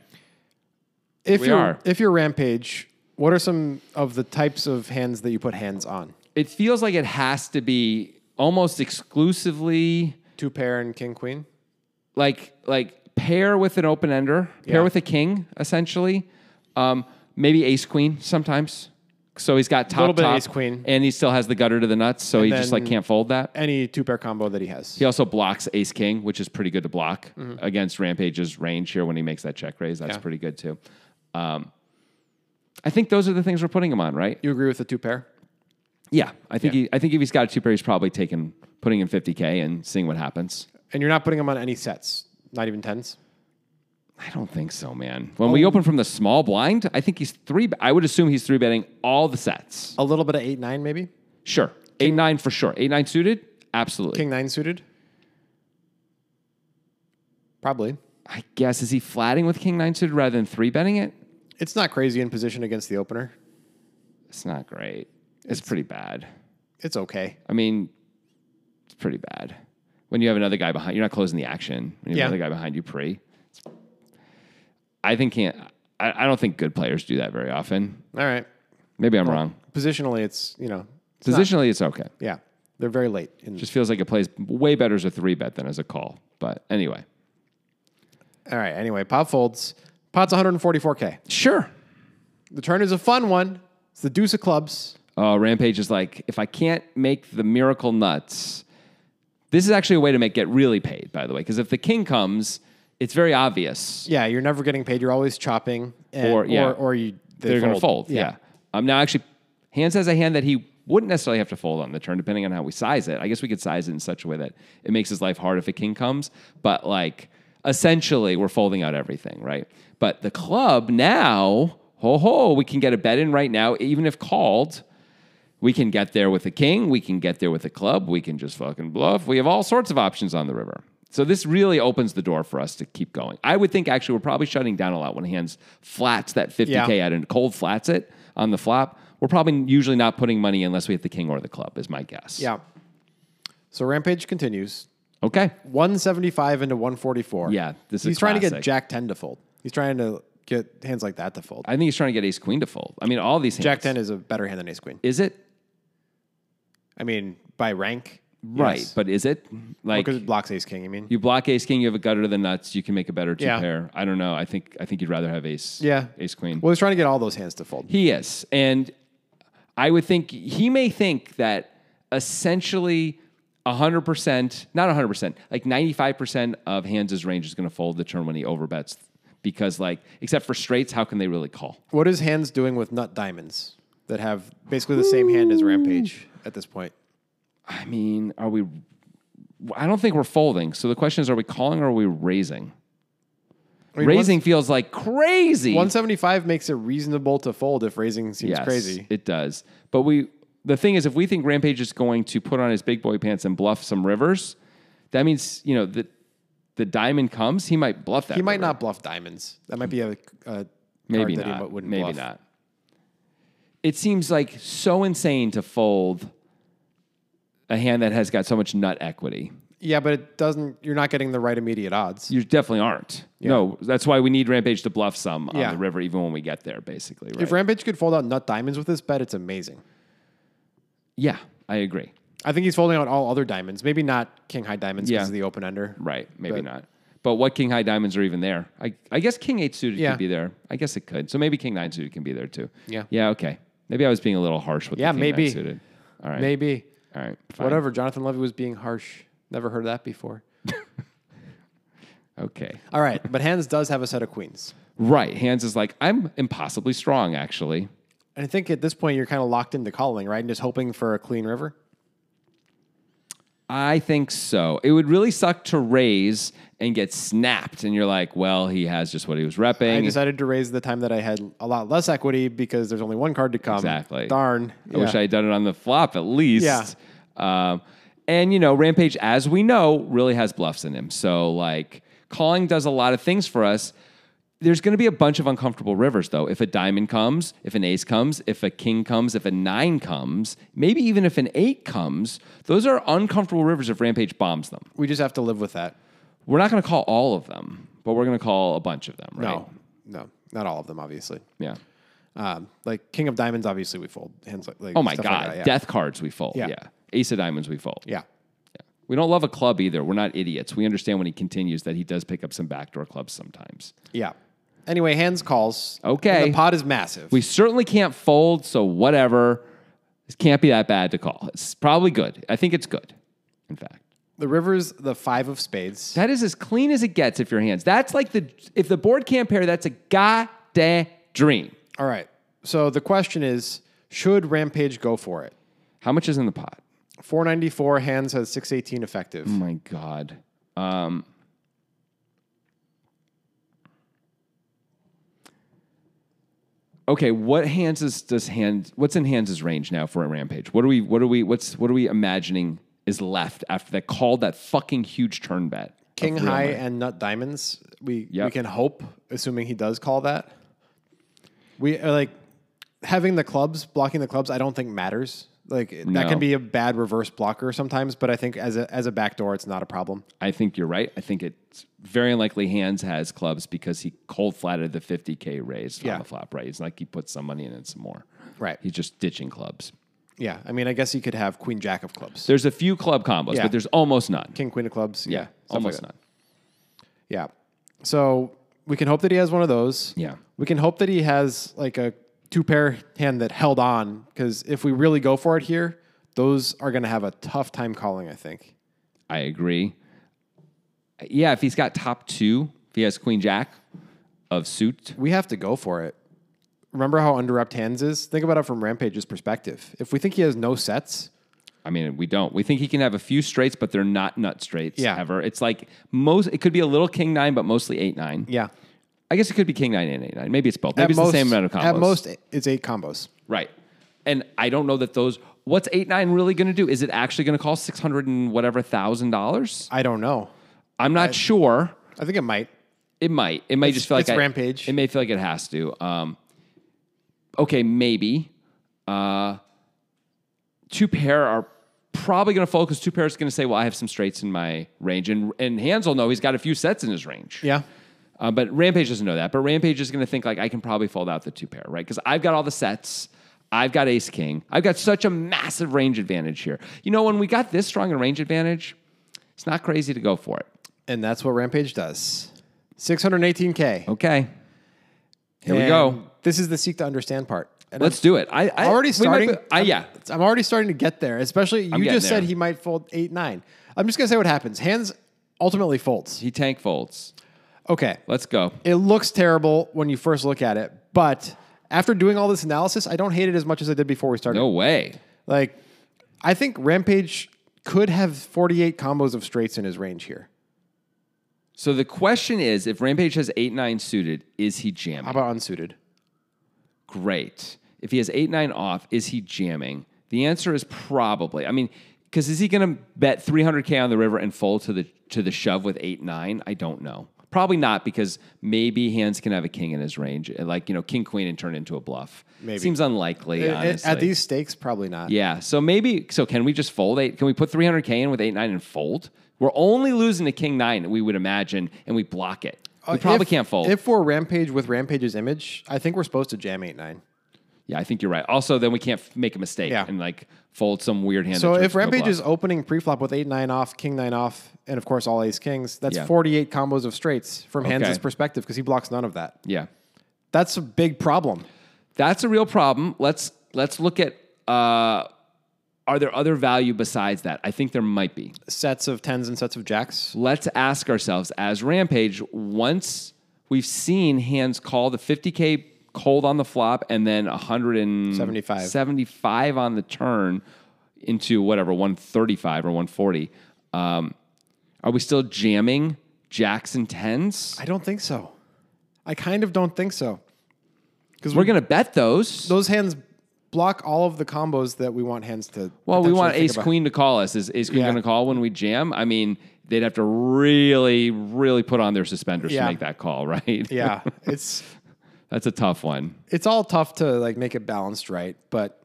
S3: if
S1: We
S3: you're
S1: are.
S3: if you're rampage, what are some of the types of hands that you put hands on?
S1: It feels like it has to be almost exclusively
S3: Two pair and king queen.
S1: like like pair with an open ender, pair
S3: Yeah.
S1: with a king essentially, um, maybe ace queen sometimes. So he's got top
S3: Little bit of
S1: top,
S3: ace queen.
S1: and he still has the gutter to the nuts. So he just like
S3: then-
S1: can't fold that.
S3: Any two pair combo that he has.
S1: He also blocks ace king, which is pretty good to block against Rampage's range here when he makes that check raise. That's
S3: Mm-hmm. Yeah.
S1: pretty good too. Um, I think those are the things we're putting him on, right?
S3: You agree with the two pair?
S1: Yeah, I think
S3: Yeah.
S1: He, I think if he's got a two pair, he's probably taking putting in 50k and seeing what happens.
S3: And you're not putting him on any sets, not even tens.
S1: I don't think so, man. When
S3: Oh.
S1: we open from the small blind, I think he's three. I would assume he's three betting all the sets.
S3: A little bit of eight nine maybe.
S1: Sure, eight nine for sure. Eight nine suited, absolutely.
S3: King nine suited. Probably.
S1: I guess is he flatting with king nine suited rather than three betting it?
S3: It's not crazy in position against the opener.
S1: It's not great. it's pretty bad.
S3: It's okay.
S1: I mean, it's pretty bad. When you have another guy behind, you're not closing the action. When you have
S3: Yeah.
S1: another guy behind you, pre. I think can't. I, I don't think good players do that very often.
S3: All right.
S1: Maybe I'm wrong.
S3: Positionally, it's you know it's not-
S1: Positionally, it's okay.
S3: Yeah, they're very late. In,
S1: Just feels like it plays way better as a three bet than as a call. But anyway,
S3: all right. Anyway, pot folds. Pot's 144k.
S1: sure.
S3: The turn is a fun one. It's the deuce of clubs.
S1: Uh, Rampage is like, if I can't make the miracle nuts, this is actually a way to make get really paid. By the way, because if the king comes, it's very obvious.
S3: Yeah, you're never getting paid. You're always chopping. And,
S1: Or- yeah.
S3: or, or you they
S1: they are going to fold. Yeah. Um, now, actually, hands has a hand that he wouldn't necessarily have to fold on the turn, depending on how we size it. I guess we could size it in such a way that it makes his life hard if a king comes, but like essentially we're folding out everything, right? But the club now, ho ho, we can get a bet in right now, even if called. We can get there with a king. We can get there with a club. We can just fucking bluff. We have all sorts of options on the river. So this really opens the door for us to keep going. I would think actually we're probably shutting down a lot when hands flats that 50K
S3: Yeah.
S1: out and cold flats it on the flop. We're probably usually not putting money unless we hit the king or the club, is my guess.
S3: Yeah. So Rampage continues.
S1: Okay.
S3: 175 into 144.
S1: Yeah, this is
S3: He's trying to get
S1: classic.
S3: Jack 10 to fold. He's trying to get hands like that to fold.
S1: I think he's trying to get ace queen to fold. I mean, all these hands.
S3: Jack 10 is a better hand than Ace Queen.
S1: Is it?
S3: I mean, by rank.
S1: Right.
S3: yes.
S1: But is it? Like,
S3: because it blocks Ace King, I mean.
S1: You block ace king, you have a gutter to the nuts, you can make a better two
S3: Yeah.
S1: pair. I don't know. I think I think you'd rather have ace
S3: yeah.
S1: ace queen.
S3: Well, he's trying to get all those hands to fold.
S1: he is. And I would think he may think that essentially 100%, not 100%, like 95% of Hans's range is going to fold the turn when he overbets because like except for straights, how can they really call?
S3: What is hands doing with nut diamonds that have basically the same hand as Rampage at this point?
S1: I mean, are we I don't think we're folding. So the question is are we calling or are we raising?
S3: I mean,
S1: raising feels like crazy.
S3: one- 175 makes it reasonable to fold if raising seems
S1: Yes,
S3: crazy.
S1: It does. But we the thing is if we think Rampage is going to put on his big boy pants and bluff some rivers, that means, you know, the the diamond comes, he might bluff that.
S3: He might
S1: river.
S3: not bluff diamons. That might be a, a
S1: maybe
S3: card that
S1: not.
S3: he wouldn't
S1: maybe
S3: bluff.
S1: not. It seems like so insane to fold a hand that has got so much nut equity.
S3: Yeah, but it doesn't. You're not getting the right immediate odds.
S1: You definitely aren't. No, that's why we need Rampage to bluff some on
S3: Yeah.
S1: the river, even when we get there, basically. Right?
S3: If Rampage could fold out nut diamonds with this bet, it's amazing.
S1: yeah, I agree.
S3: I think he's folding out all other diamonds. Maybe not king high diamonds because
S1: Yeah.
S3: of the open ender.
S1: Right. Maybe
S3: But-
S1: not. But what king high diamonds are even there? I, I guess king eight suited
S3: Yeah.
S1: could be there. I guess it could. So maybe king nine suited can be there too.
S3: Yeah.
S1: Yeah. Okay. Maybe I was being a little harsh with
S3: Yeah,
S1: the king
S3: maybe.
S1: nine suited. All right.
S3: Maybe.
S1: All right. fine.
S3: Whatever. Jonathan Levy was being harsh. Never heard of that before.
S1: Okay.
S3: All right, but Hans does have a set of queens.
S1: Right. Hands is like I'm impossibly strong actually.
S3: And I think at this point you're kind of locked into calling, right? And just hoping for a clean river.
S1: I think so. It would really suck to raise and get snapped, and you're like, well, he has just what he was repping.
S3: I decided to raise the time that I had a lot less equity because there's only one card to come.
S1: Exactly.
S3: Darn.
S1: I wish I
S3: Yeah.
S1: had done it on the flop at least.
S3: Yeah.
S1: Um, and you know, Rampage, as we know, really has bluffs in him. So like, calling does a lot of things for us. There's going to be a bunch of uncomfortable rivers though. If a diamond comes, if an ace comes, if a king comes, if a nine comes, maybe even if an eight comes, those are uncomfortable rivers if Rampage bombs them.
S3: We just have to live with that.
S1: We're not going to call all of them, but we're going to call a bunch of them, right?
S3: No, no, not all of them, obviously.
S1: Yeah.
S3: Um, like King of Diamonds, obviously we fold hands like. like
S1: Oh my
S3: stuff
S1: god,
S3: like that, yeah.
S1: death cards we fold.
S3: Yeah.
S1: Yeah. Ace of diamonds we fold.
S3: Yeah,
S1: We don't love a club either. We're not idiots. We understand when he continues that he does pick up some backdoor clubs sometimes.
S3: yeah. Anyway, hands calls.
S1: Okay.
S3: And the pot is massive.
S1: We certainly can't fold, so whatever. This can't be that bad to call. It's probably good. I think it's good, in fact.
S3: the river's the five of spades.
S1: That is as clean as it gets if your hands. That's like the if the board can't pair, that's a goddamn dream.
S3: all right. So the question is, should Rampage go for it?
S1: How much is in the pot?
S3: 494 hands has 618 effective.
S1: Oh my god. Um Okay, what hands is, does hand what's in hands' range now for a rampage? What do we what do we what's what are we imagining is left after that called that fucking huge turn bet? of
S3: King
S1: real
S3: high
S1: money?
S3: and nut diamonds. We we
S1: Yep.
S3: can hope, assuming he does call that. We are like having the clubs blocking the clubs. I don't think matters. Like that
S1: No.
S3: can be a bad reverse blocker sometimes, but I think as a as a backdoor, it's not a problem.
S1: I think you're right. I think it's very unlikely hands has clubs because he cold flatted the 50k raise
S3: Yeah.
S1: on the flop, right? It's not like he put some money in and some more.
S3: Right.
S1: He's just ditching clubs.
S3: Yeah, I mean, I guess you could have queen jack of clubs,
S1: There's a few club combos,
S3: Yeah.
S1: but there's almost none.
S3: king queen of clubs. Yeah, stuff like
S1: almost
S3: that.
S1: none.
S3: Yeah, so we can hope that he has one of those.
S1: Yeah.
S3: we can hope that he has like a two pair hand that held on because if we really go for it here, those are going to have a tough time calling. I think.
S1: I agree. Yeah, if he's got top two, if he has queen jack of suit,
S3: we have to go for it. Remember how underwrapped hands is? Think about it from Rampage's perspective. If we think he has no sets,
S1: I mean, we don't. We think he can have a few straights, but they're not nut straights
S3: Yeah.
S1: ever. It's like most, it could be a little king nine, but mostly eight nine.
S3: yeah.
S1: I guess it could be king nine and eight nine. Maybe it's both. Maybe it's the same amount of combos.
S3: At most, it's eight combos.
S1: Right. And I don't know that those. What's eight nine really going to do? Is it actually going to cost six hundred and whatever thousand dollars?
S3: I don't know.
S1: I'm not sure.
S3: I think it might.
S1: It might. It may
S3: It's-
S1: just feel like
S3: it's
S1: I-
S3: Rampage.
S1: It may feel like it has to. Um, okay, maybe. Uh, two pair are probably going to focus. Two pair is going to say, "Well, I have some straights in my range," and and Hansel know he's got a few sets in his range.
S3: Yeah.
S1: Uh, but Rampage doesn't know that. But Rampage is going to think like I can probably fold out the two pair, right? Because I've got all the sets. I've got Ace King. I've got such a massive range advantage here. You know, when we got this strong a range advantage, it's not crazy to go for it.
S3: And that's what Rampage does. 618K.
S1: Okay, here we go.
S3: And This is the seek to understand part. And
S1: Let's do it. I, I
S3: already
S1: we might
S3: starting.
S1: be- I, yeah,
S3: I'm- I'm already starting to get there. Especially you
S1: getting
S3: just said
S1: there.
S3: he might fold eight nine. I'm just gonna say what happens. Hands ultimately folds.
S1: he tank folds.
S3: Okay,
S1: Let's go.
S3: it looks terrible when you first look at it, but after doing all this analysis, I don't hate it as much as I did before we started.
S1: No way.
S3: Like, I think Rampage could have 48 combos of straights in his range here.
S1: So the question is, if Rampage has eight nine suited, is he
S3: How
S1: jamming?
S3: about unsuited?
S1: Great. If he has eight nine off, is he jamming? The answer is probably. I mean, because is he going to bet 300k on the river and fold to the to the shove with eight nine? I don't know. Probably not because maybe hands can have a king in his range, like you know, king queen and turn into a bluff.
S3: Maybe.
S1: seems unlikely.
S3: At- At,
S1: honestly.
S3: at these stakes, probably not.
S1: Yeah. So maybe so can we just fold eight? Can we put 300k in with eight nine and fold? We're only losing to king nine, we would imagine, and we block it.
S3: Uh,
S1: we probably
S3: if-
S1: can't fold.
S3: If we're Rampage with Rampage's image, I think we're supposed to jam eight nine.
S1: yeah, I think you're right. Also, then we can't f- make a mistake
S3: Yeah.
S1: and like fold some weird hand.
S3: So
S1: that turns
S3: if
S1: to a
S3: Rampage
S1: bluff.
S3: is opening preflop with eight nine off, king nine off, and of course all ace kings, that's
S1: Yeah.
S3: 48 combos of straights from
S1: Okay.
S3: Hans's perspective because he blocks none of that.
S1: yeah,
S3: That's a big problem.
S1: that's a real problem. Let's let's look at uh, are there other value besides that? I think there might be.
S3: Sets of tens and sets of jacks.
S1: let's ask ourselves as Rampage, once we've seen hands call the 50K cold on the flop and then 175
S3: 75.
S1: 75 on the turn into whatever, 135 or 140, um, are we still jamming jacks and tens?
S3: I don't think so. I kind of don't think so.
S1: Because we're going to bet those.
S3: Those hands block all of the combos that we want hands to.
S1: Well, we
S3: potentially
S1: want
S3: think
S1: ace
S3: about.
S1: queen to call us. Is ace queen
S3: Yeah.
S1: going to call when we jam? I mean, they'd have to really, really put on their suspenders
S3: Yeah.
S1: to make that call, right?
S3: Yeah, it's
S1: That's a tough one.
S3: it's all tough to like make it balanced right, but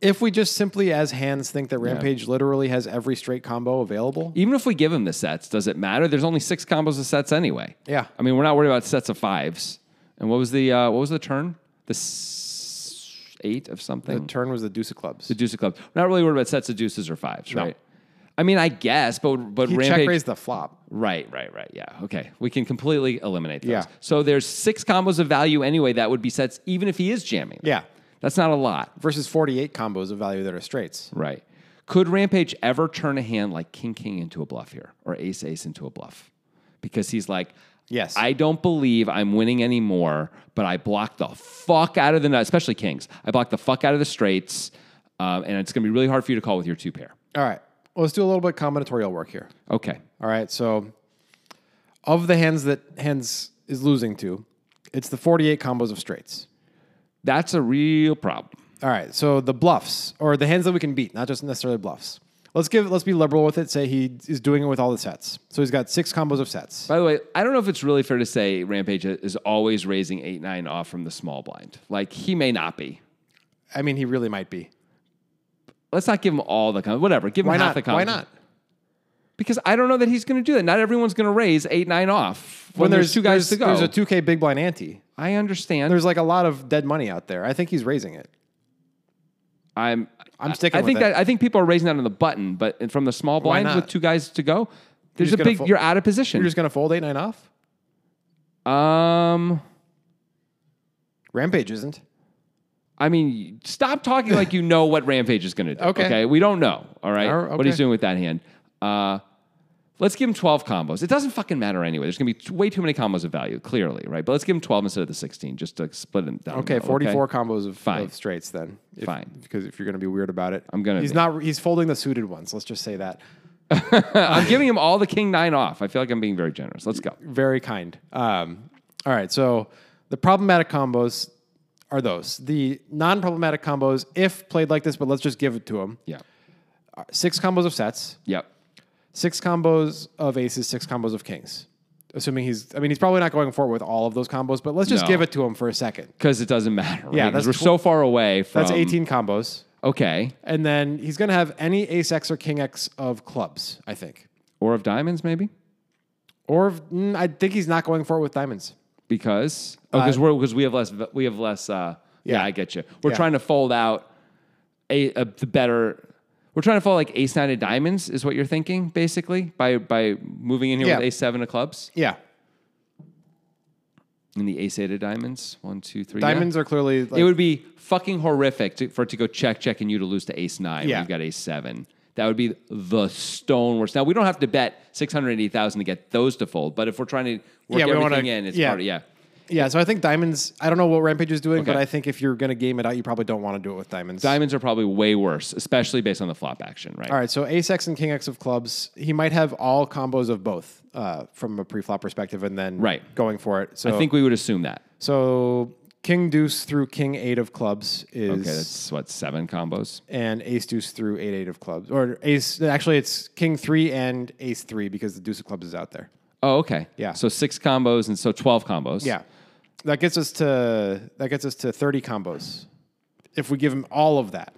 S3: if we just simply as hands think that Rampage literally has every straight combo available,
S1: even if we give him the sets, does it matter? There's only six combos of sets anyway.
S3: Yeah.
S1: I mean, we're not worried about sets of fives. And what was the uh, what was the turn? The s- eight of something.
S3: the turn was the deuce of clubs.
S1: the deuce of clubs. We're not really worried about sets of deuces or fives, right? I mean, I guess, but but
S3: he check
S1: rampage.
S3: raised the flop.
S1: Right, right, right. Yeah. Okay. We can completely eliminate those.
S3: Yeah.
S1: So there's six combos of value anyway that would be sets, even if he is jamming. them.
S3: Yeah.
S1: That's not a lot.
S3: Versus 48 combos of value that are straights.
S1: Right. Could Rampage ever turn a hand like King King into a bluff here or Ace Ace into a bluff? Because he's like,
S3: Yes.
S1: I don't believe I'm winning anymore, but I blocked the fuck out of the nut, especially Kings. I blocked the fuck out of the straights, um, and it's going to be really hard for you to call with your two pair.
S3: All right. Well, let's do a little bit combinatorial work here.
S1: Okay.
S3: All right. So, of the hands that hands is losing to, it's the 48 combos of straights.
S1: That's a real problem.
S3: All right. So the bluffs or the hands that we can beat, not just necessarily bluffs. Let's give let's be liberal with it. Say he is doing it with all the sets. So he's got six combos of sets.
S1: By the way, I don't know if it's really fair to say Rampage is always raising 8 9 off from the small blind. Like, he may not be.
S3: I mean, he really might be.
S1: Let's not give him all the comments. Whatever. Give him
S3: Why
S1: half
S3: not?
S1: the comments.
S3: Why not?
S1: Because I don't know that he's going to do that. Not everyone's going to raise eight nine off when, there's, two guys to go.
S3: There's a 2K big blind ante.
S1: I understand.
S3: There's like a lot of dead money out there. I think he's raising it.
S1: I'm
S3: I'm sticking
S1: I
S3: with
S1: think
S3: it.
S1: that I think people are raising that on the button, but from the small
S3: Why
S1: blind
S3: not?
S1: with two guys to go, there's
S3: just
S1: a
S3: gonna
S1: big.
S3: fo-
S1: you're out of position.
S3: You're just gonna fold eight nine off.
S1: um,
S3: Rampage isn't.
S1: I mean, stop talking like you know what Rampage is going to do.
S3: Okay.
S1: we don't know. All right,
S3: All right,
S1: what he's
S3: okay.
S1: doing with that hand. Uh, let's give him twelve combos. It doesn't fucking matter anyway. There's going to be t- way too many combos of value, clearly, right? But let's give him twelve instead of the sixteen, just to split him down. the
S3: Okay,
S1: middle,
S3: forty four combos of,
S1: Fine.
S3: of straights then. If-
S1: Fine.
S3: because if you're gonna be weird about it,
S1: I'm gonna
S3: He's
S1: be.
S3: not. He's folding the suited ones. Let's just say that.
S1: I'm giving him all the king nine off. I feel like I'm being very generous. Let's go.
S3: Very kind. Um, all right. So the problematic combos are those the non problematic combos if played like this, but let's just give it to them.
S1: Yeah.
S3: Six combos of sets,
S1: Yep.
S3: six combos of aces, six combos of kings. Assuming he's, I mean, he's probably not going for it with all of those combos, but let's just
S1: No.
S3: give it to him for a second.
S1: Because it doesn't matter. Right?
S3: Yeah,
S1: 'Cause
S3: that's
S1: we're
S3: tw-
S1: so far away from.
S3: That's 18 combos.
S1: Okay.
S3: And then he's going to have any ace X or king X of clubs, I think.
S1: Or of diamonds, maybe?
S3: Or mm, I think he's not going for it with diamonds.
S1: Because oh, because we're because we have less v- we have less. Uh, yeah.
S3: Uh, Yeah.
S1: I get you. We're
S3: Yeah.
S1: trying to fold out a, a the better. We're trying to fold like ace nine of diamonds is what you're thinking basically by by moving in here
S3: Yeah.
S1: with ace seven of clubs
S3: Yeah.
S1: and the ace eight of diamonds. One two three. yeah.
S3: Diamonds are clearly like,
S1: it would be fucking horrific to, for it to go check, check, and you to lose to ace nine.
S3: Yeah.
S1: We've got ace seven. That would be the stone worst. Now, we don't have to bet 680,000 to get those to fold, but if we're trying to work
S3: Yeah, we
S1: everything
S3: wanna-
S1: in, it's
S3: yeah.
S1: part of, yeah.
S3: Yeah, so I think diamonds. I don't know what Rampage is doing, but
S1: Okay.
S3: I think if you're going to game it out, you probably don't want to do it with diamonds.
S1: Diamonds are probably way worse, especially based on the flop action, right?
S3: All right, so ace X and king X of clubs. He might have all combos of both uh, from a pre-flop perspective, and then
S1: Right.
S3: going for it. So
S1: I think we would assume that.
S3: so. King deuce through king eight of clubs is
S1: Okay, that's what, seven combos?
S3: and ace deuce through eight eight of clubs, or ace. Actually, it's king three and ace three because the deuce of clubs is out there.
S1: Oh, okay.
S3: Yeah.
S1: So six combos, and so 12 combos.
S3: Yeah, that gets us to that gets us to thirty combos if we give him all of that.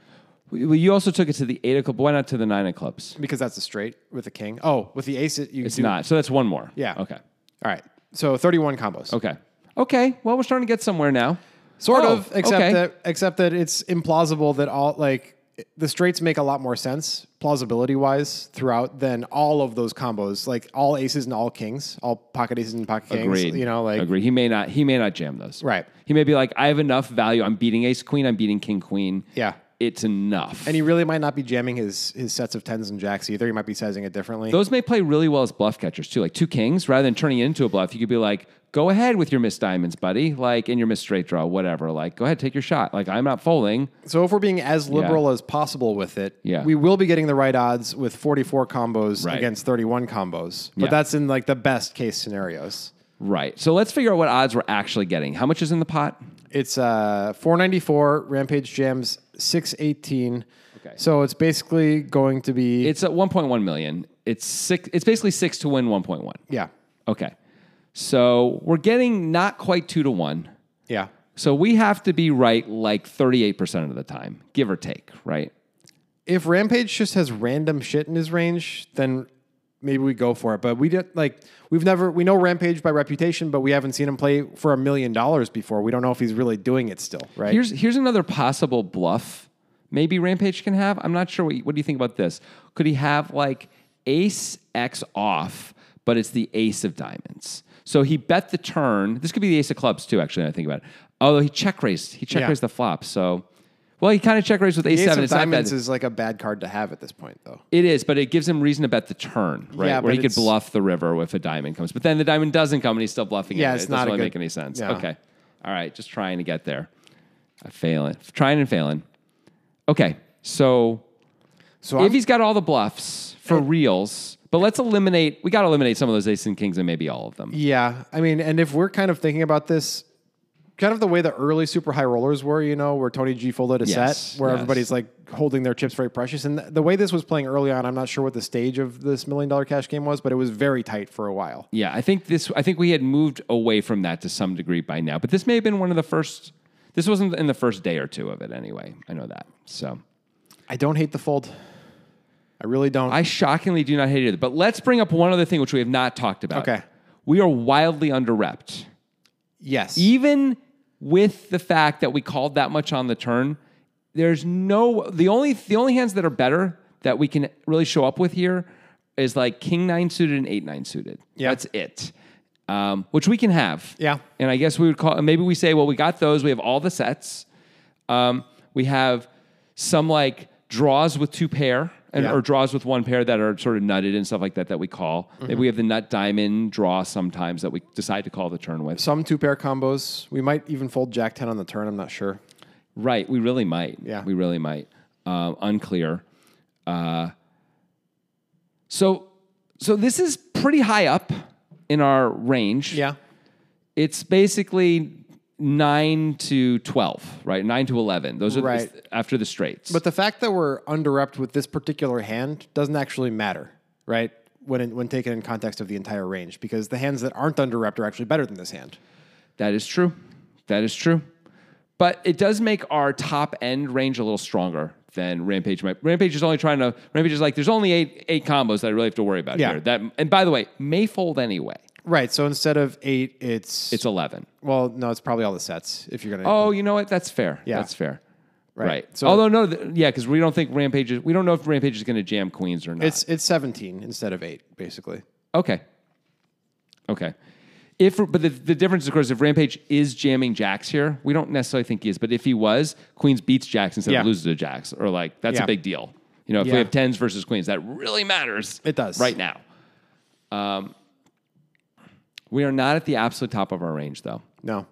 S1: Well, you also took it to the eight of clubs. Why not to the nine of clubs?
S3: because that's a straight with a king. Oh, with the ace, it- you
S1: It's
S3: do-
S1: not. So that's one more.
S3: Yeah.
S1: Okay.
S3: All right. So 31 combos.
S1: Okay. Okay. Well, we're starting to get somewhere now.
S3: Sort
S1: Oh,
S3: of, except
S1: okay.
S3: that except that it's implausible that all like the straights make a lot more sense plausibility wise throughout than all of those combos, like all aces and all kings, all pocket aces and pocket kings.
S1: Agreed.
S3: You know, like
S1: agreed. He may not. He may not jam those.
S3: Right.
S1: He may be like, I have enough value. I'm beating Ace Queen. I'm beating King Queen.
S3: Yeah.
S1: It's enough.
S3: and he really might not be jamming his his sets of tens and jacks either. He might be sizing it differently.
S1: those may play really well as bluff catchers too. Like two kings, rather than turning it into a bluff, you could be like, go ahead with your missed diamonds, buddy. Like in your missed straight draw, whatever. Like go ahead, take your shot. Like I'm not folding.
S3: So if we're being as liberal as possible with it,
S1: Yeah.
S3: we will be getting the right odds with 44 combos
S1: Right.
S3: against 31 combos. But
S1: Yeah.
S3: that's in like the best case scenarios.
S1: Right. So let's figure out what odds we're actually getting. How much is in the pot?
S3: It's uh 494 Rampage Jams 618.
S1: Okay.
S3: So it's basically going to be
S1: It's at 1.1 million. It's six. It's basically six to win 1.1.
S3: yeah.
S1: Okay. So we're getting not quite two to one.
S3: Yeah.
S1: So we have to be right like 38% of the time, give or take, right?
S3: If Rampage just has random shit in his range, then maybe we go for it. But we did like we've never we know Rampage by reputation, but we haven't seen him play for a million dollars before. We don't know if he's really doing it still, right?
S1: Here's here's another possible bluff maybe Rampage can have. I'm not sure what you- what do you think about this? Could he have like ace x off, but it's the ace of diamonds. So he bet the turn. This could be the ace of clubs too actually, now I think about it. Although he check raised. He check
S3: Yeah.
S1: raised the flop. So well, he kind of check raised with ace,
S3: Ace
S1: seven.
S3: of
S1: It's not bad.
S3: Diamonds is like a bad card to have at this point, though.
S1: It is, but it gives him reason to bet the turn, right?
S3: Yeah,
S1: Where he
S3: but
S1: could
S3: it's-
S1: bluff the river if a diamond comes, but then the diamond doesn't come and he's still bluffing.
S3: Yeah,
S1: it.
S3: it's
S1: it doesn't
S3: not a
S1: really
S3: good-
S1: make any sense.
S3: yeah.
S1: Okay, all right, just trying to get there. I failing, trying and failing. Okay, so
S3: So
S1: if
S3: I'm,
S1: he's got all the bluffs for reals, but let's eliminate. We got to eliminate some of those aces and kings and maybe all of them.
S3: yeah, I mean, and if we're kind of thinking about this, kind of the way the early super high rollers were, you know, where Tony G folded a
S1: Yes,
S3: set, where
S1: yes.
S3: everybody's like holding their chips very precious, and th- the way this was playing early on, I'm not sure what the stage of this million dollar cash game was, but it was very tight for a while.
S1: Yeah, I think this. I think we had moved away from that to some degree by now, but this may have been one of the first. This wasn't in the first day or two of it anyway. I know that. So
S3: I don't hate the fold. I really don't.
S1: I shockingly do not hate it either. But let's bring up one other thing which we have not talked about.
S3: Okay.
S1: We are wildly underrepped.
S3: yes,
S1: Even with the fact that we called that much on the turn, there's no the only the only hands that are better that we can really show up with here is like king nine suited and eight nine suited.
S3: Yeah.
S1: That's it. Um, which we can have.
S3: Yeah.
S1: And I guess we would call maybe we say, well, we got those, we have all the sets. Um, we have some like draws with two pair and
S3: Yeah.
S1: or draws with one pair that are sort of nutted and stuff like that that we call.
S3: Mm-hmm.
S1: Maybe we have the nut diamond draw sometimes that we decide to call the turn with.
S3: some two pair combos. We might even fold Jack ten on the turn. I'm not sure.
S1: Right, we really might.
S3: Yeah.
S1: we really might. Um, unclear. Uh, so, so this is pretty high up in our range.
S3: Yeah,
S1: it's basically nine to twelve, right? Nine to eleven. Those are the-
S3: Right.
S1: after the straights.
S3: But the fact that we're underrepped with this particular hand doesn't actually matter, right? When in, when taken in context of the entire range, because the hands that aren't underrepped are actually better than this hand.
S1: that is true. That is true. But it does make our top end range a little stronger than Rampage. might. Rampage is only trying to. Rampage is like there's only eight eight combos that I really have to worry about
S3: Yeah.
S1: here. That and by the way, may fold anyway.
S3: Right. So instead of eight, it's
S1: It's eleven.
S3: well, no, it's probably all the sets if you're gonna.
S1: Oh, you know what? That's fair.
S3: Yeah.
S1: That's fair.
S3: Right.
S1: Right.
S3: So-
S1: Although no, th- yeah, because we don't think Rampage is. We don't know if Rampage is going to jam Queens or not.
S3: it's it's seventeen instead of eight, basically.
S1: Okay. Okay. If but the, the difference, of course, if Rampage is jamming Jax here, we don't necessarily think he is, but if he was, Queens beats Jax instead
S3: Yeah.
S1: of loses to Jax, or like that's
S3: Yeah.
S1: a big deal. You know, if
S3: Yeah.
S1: we have tens versus Queens, that really matters.
S3: It does.
S1: right now. Um, we are not at the absolute top of our range, though.
S3: No.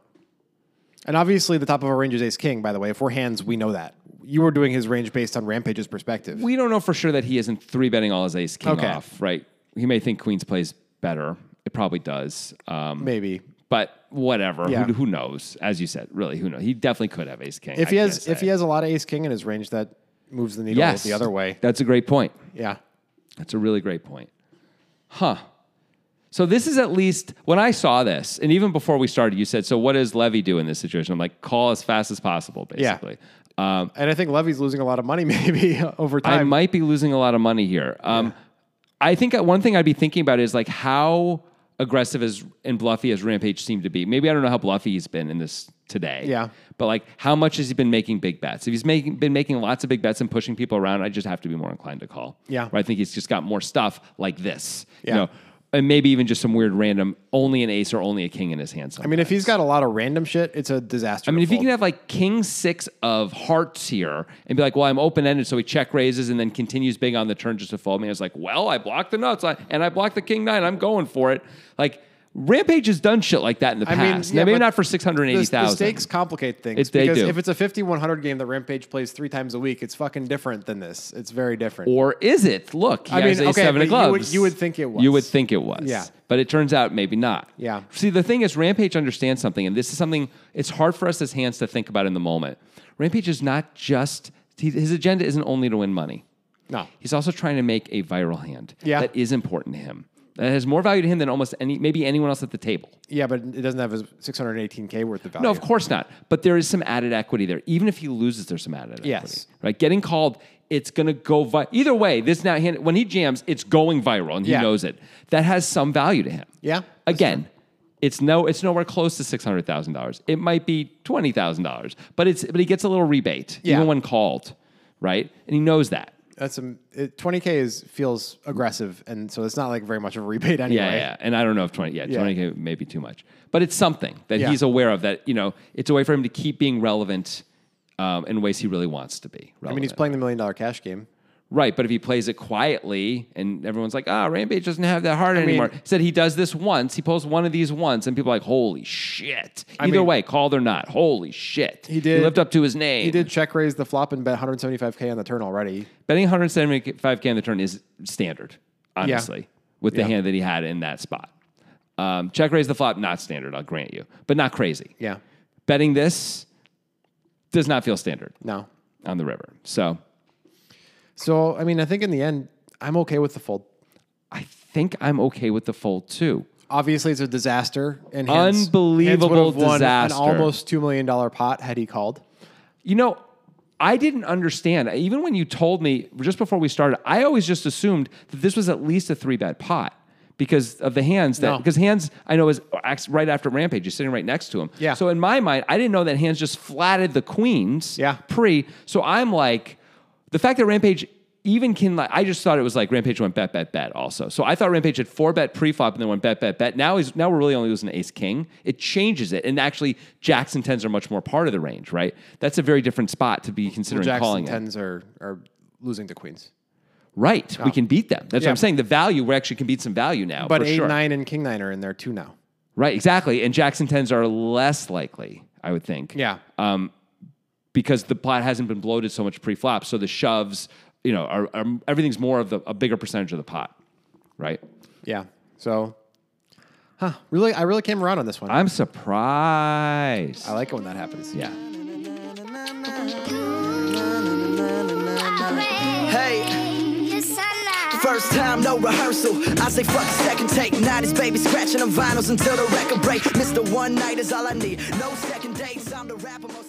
S3: And obviously, the top of our range is Ace King. By the way, if we're hands, we know that you were doing his range based on Rampage's perspective.
S1: We don't know for sure that he isn't three betting all his ace king
S3: Okay.
S1: off, right? He may think Queens plays better. It probably does. Um,
S3: Maybe
S1: But whatever.
S3: Yeah.
S1: Who, who knows? As you said, really, who knows? He definitely could have ace king.
S3: if he
S1: I
S3: has
S1: can't
S3: if
S1: say.
S3: he has a lot of Ace King in his range, that moves the needle
S1: yes.
S3: the other way.
S1: That's a great point.
S3: Yeah.
S1: That's a really great point. Huh. So this is at least when I saw this, and even before we started, you said, "So what does Levy do in this situation?" I'm like, "Call as fast as possible."
S3: Yeah.
S1: Basically,
S3: And I think Levy's losing a lot of money maybe over
S1: I
S3: time.
S1: might be losing a lot of money here. Um, I think that one thing I'd be thinking about is like how aggressive as and bluffy as Rampage seemed to be. Maybe I don't know how bluffy he's been in this today.
S3: Yeah.
S1: But like, how much has he been making big bets? If he's making been making lots of big bets and pushing people around, I just have to be more inclined to call.
S3: Yeah.
S1: Or I think he's just got more stuff like this.
S3: Yeah.
S1: You know, and maybe even just some weird random, only an ace or only a king in his hand.
S3: I mean, if he's got a lot of random shit, it's a disaster.
S1: I mean, if you can have like king six of hearts here and be like, well, I'm open ended, so he check raises and then continues big on the turn just to fold me. It's like, well, I blocked the nuts I- and I blocked the king nine. I'm going for it. Like, Rampage has done shit like that in the
S3: I
S1: past.
S3: yeah,
S1: now, maybe
S3: but
S1: not for
S3: The, the
S1: 680,000.
S3: stakes complicate things
S1: It- they
S3: because
S1: do.
S3: if it's a 5100 game that Rampage plays three times a week, it's fucking different than this. It's very different.
S1: Or is it? Look, he
S3: I
S1: has
S3: mean,
S1: a
S3: okay,
S1: seven of
S3: but you would-
S1: clubs.
S3: you would think it was.
S1: You would think it was.
S3: Yeah.
S1: But it turns out maybe not.
S3: Yeah.
S1: See, the thing is, Rampage understands something, and this is something it's hard for us as hands to think about in the moment. Rampage is not just, he- his agenda isn't only to win money.
S3: no.
S1: He's also trying to make a viral hand.
S3: Yeah.
S1: That is important to him. That has more value to him than almost any, maybe anyone else at the table.
S3: Yeah, but it doesn't have a 618k worth of value.
S1: No, of course not. But there is some added equity there. Even if he loses, there's some added
S3: Yes.
S1: equity. Right? Getting called, it's going to go viral. Either way, this now hand, when he jams, it's going viral and he
S3: Yeah.
S1: knows it. That has some value to him.
S3: Yeah, that's
S1: Again, it's no it's nowhere close to $600,000. It might be $20,000, but it's but he gets a little rebate
S3: Yeah.
S1: even when called, right? And he knows that.
S3: That's some it, 20k is feels aggressive, and so it's not like very much of a rebate anyway.
S1: Yeah, yeah. And I don't know if 20, yeah,
S3: Yeah.
S1: 20K may be too much. But it's something that
S3: Yeah.
S1: he's aware of that, you know, it's a way for him to keep being relevant um, in ways he really wants to be relevant.
S3: I mean, he's playing the million dollar cash game.
S1: Right, but if he plays it quietly and everyone's like, ah, Rampage doesn't have that heart anymore. He said he does this once. He pulls one of these once and people are like, holy shit. Either
S3: mean-
S1: way, called or not, holy shit.
S3: He did-
S1: He lived up to his name.
S3: He did check raise the flop and bet 175k on the turn already.
S1: Betting 175K on the turn is standard, honestly, with the
S3: Yeah.
S1: hand that he had in that spot. Um, check raise the flop, not standard, I'll grant you, but not crazy.
S3: Yeah,
S1: Betting this does not feel standard
S3: no.
S1: on the river. So
S3: So I mean, I think in the end, I'm okay with the fold.
S1: I think I'm okay with the fold too.
S3: Obviously, it's a disaster, and hence- hence
S1: Unbelievable
S3: would have won
S1: disaster.
S3: An almost two million dollar pot had he called.
S1: You know, I didn't understand. Even when you told me just before we started, I always just assumed that this was at least a three bet pot because of the hands that
S3: No.
S1: because hands I know is acts right after rampage. is sitting right next to him.
S3: Yeah.
S1: So in my mind, I didn't know that hands just flatted the queens.
S3: Yeah.
S1: Pre. So I'm like, the fact that rampage. Even can like I just thought it was like Rampage went bet bet bet also. So I thought Rampage had four bet preflop and then went bet bet bet. Now he's now we're really only losing to Ace King. It changes it, and actually Jackson tens are much more part of the range, right? That's a very different spot to be considering
S3: Jackson
S1: calling it.
S3: tens are are losing to queens,
S1: Right. We can beat them. That's
S3: Yeah.
S1: what I'm saying. The value, we actually can beat some value now.
S3: but
S1: for
S3: eight
S1: sure.
S3: nine and king nine are in there too now.
S1: Right, exactly. And Jackson 10s are less likely, I would think.
S3: Yeah,
S1: Because the pot hasn't been bloated so much pre flop. So the shoves, you know, are, are everything's more of the, a bigger percentage of the pot. Right.
S3: yeah. So, Huh. Really, I really came around on this one. i
S1: I'm surprised.
S3: like it when that happens.
S1: yeah.
S2: First time, no rehearsal. I say fuck second take. 90s baby scratching on vinyls until the record break. Mr. One Night is all I need. No second dates. I'm the rapper most.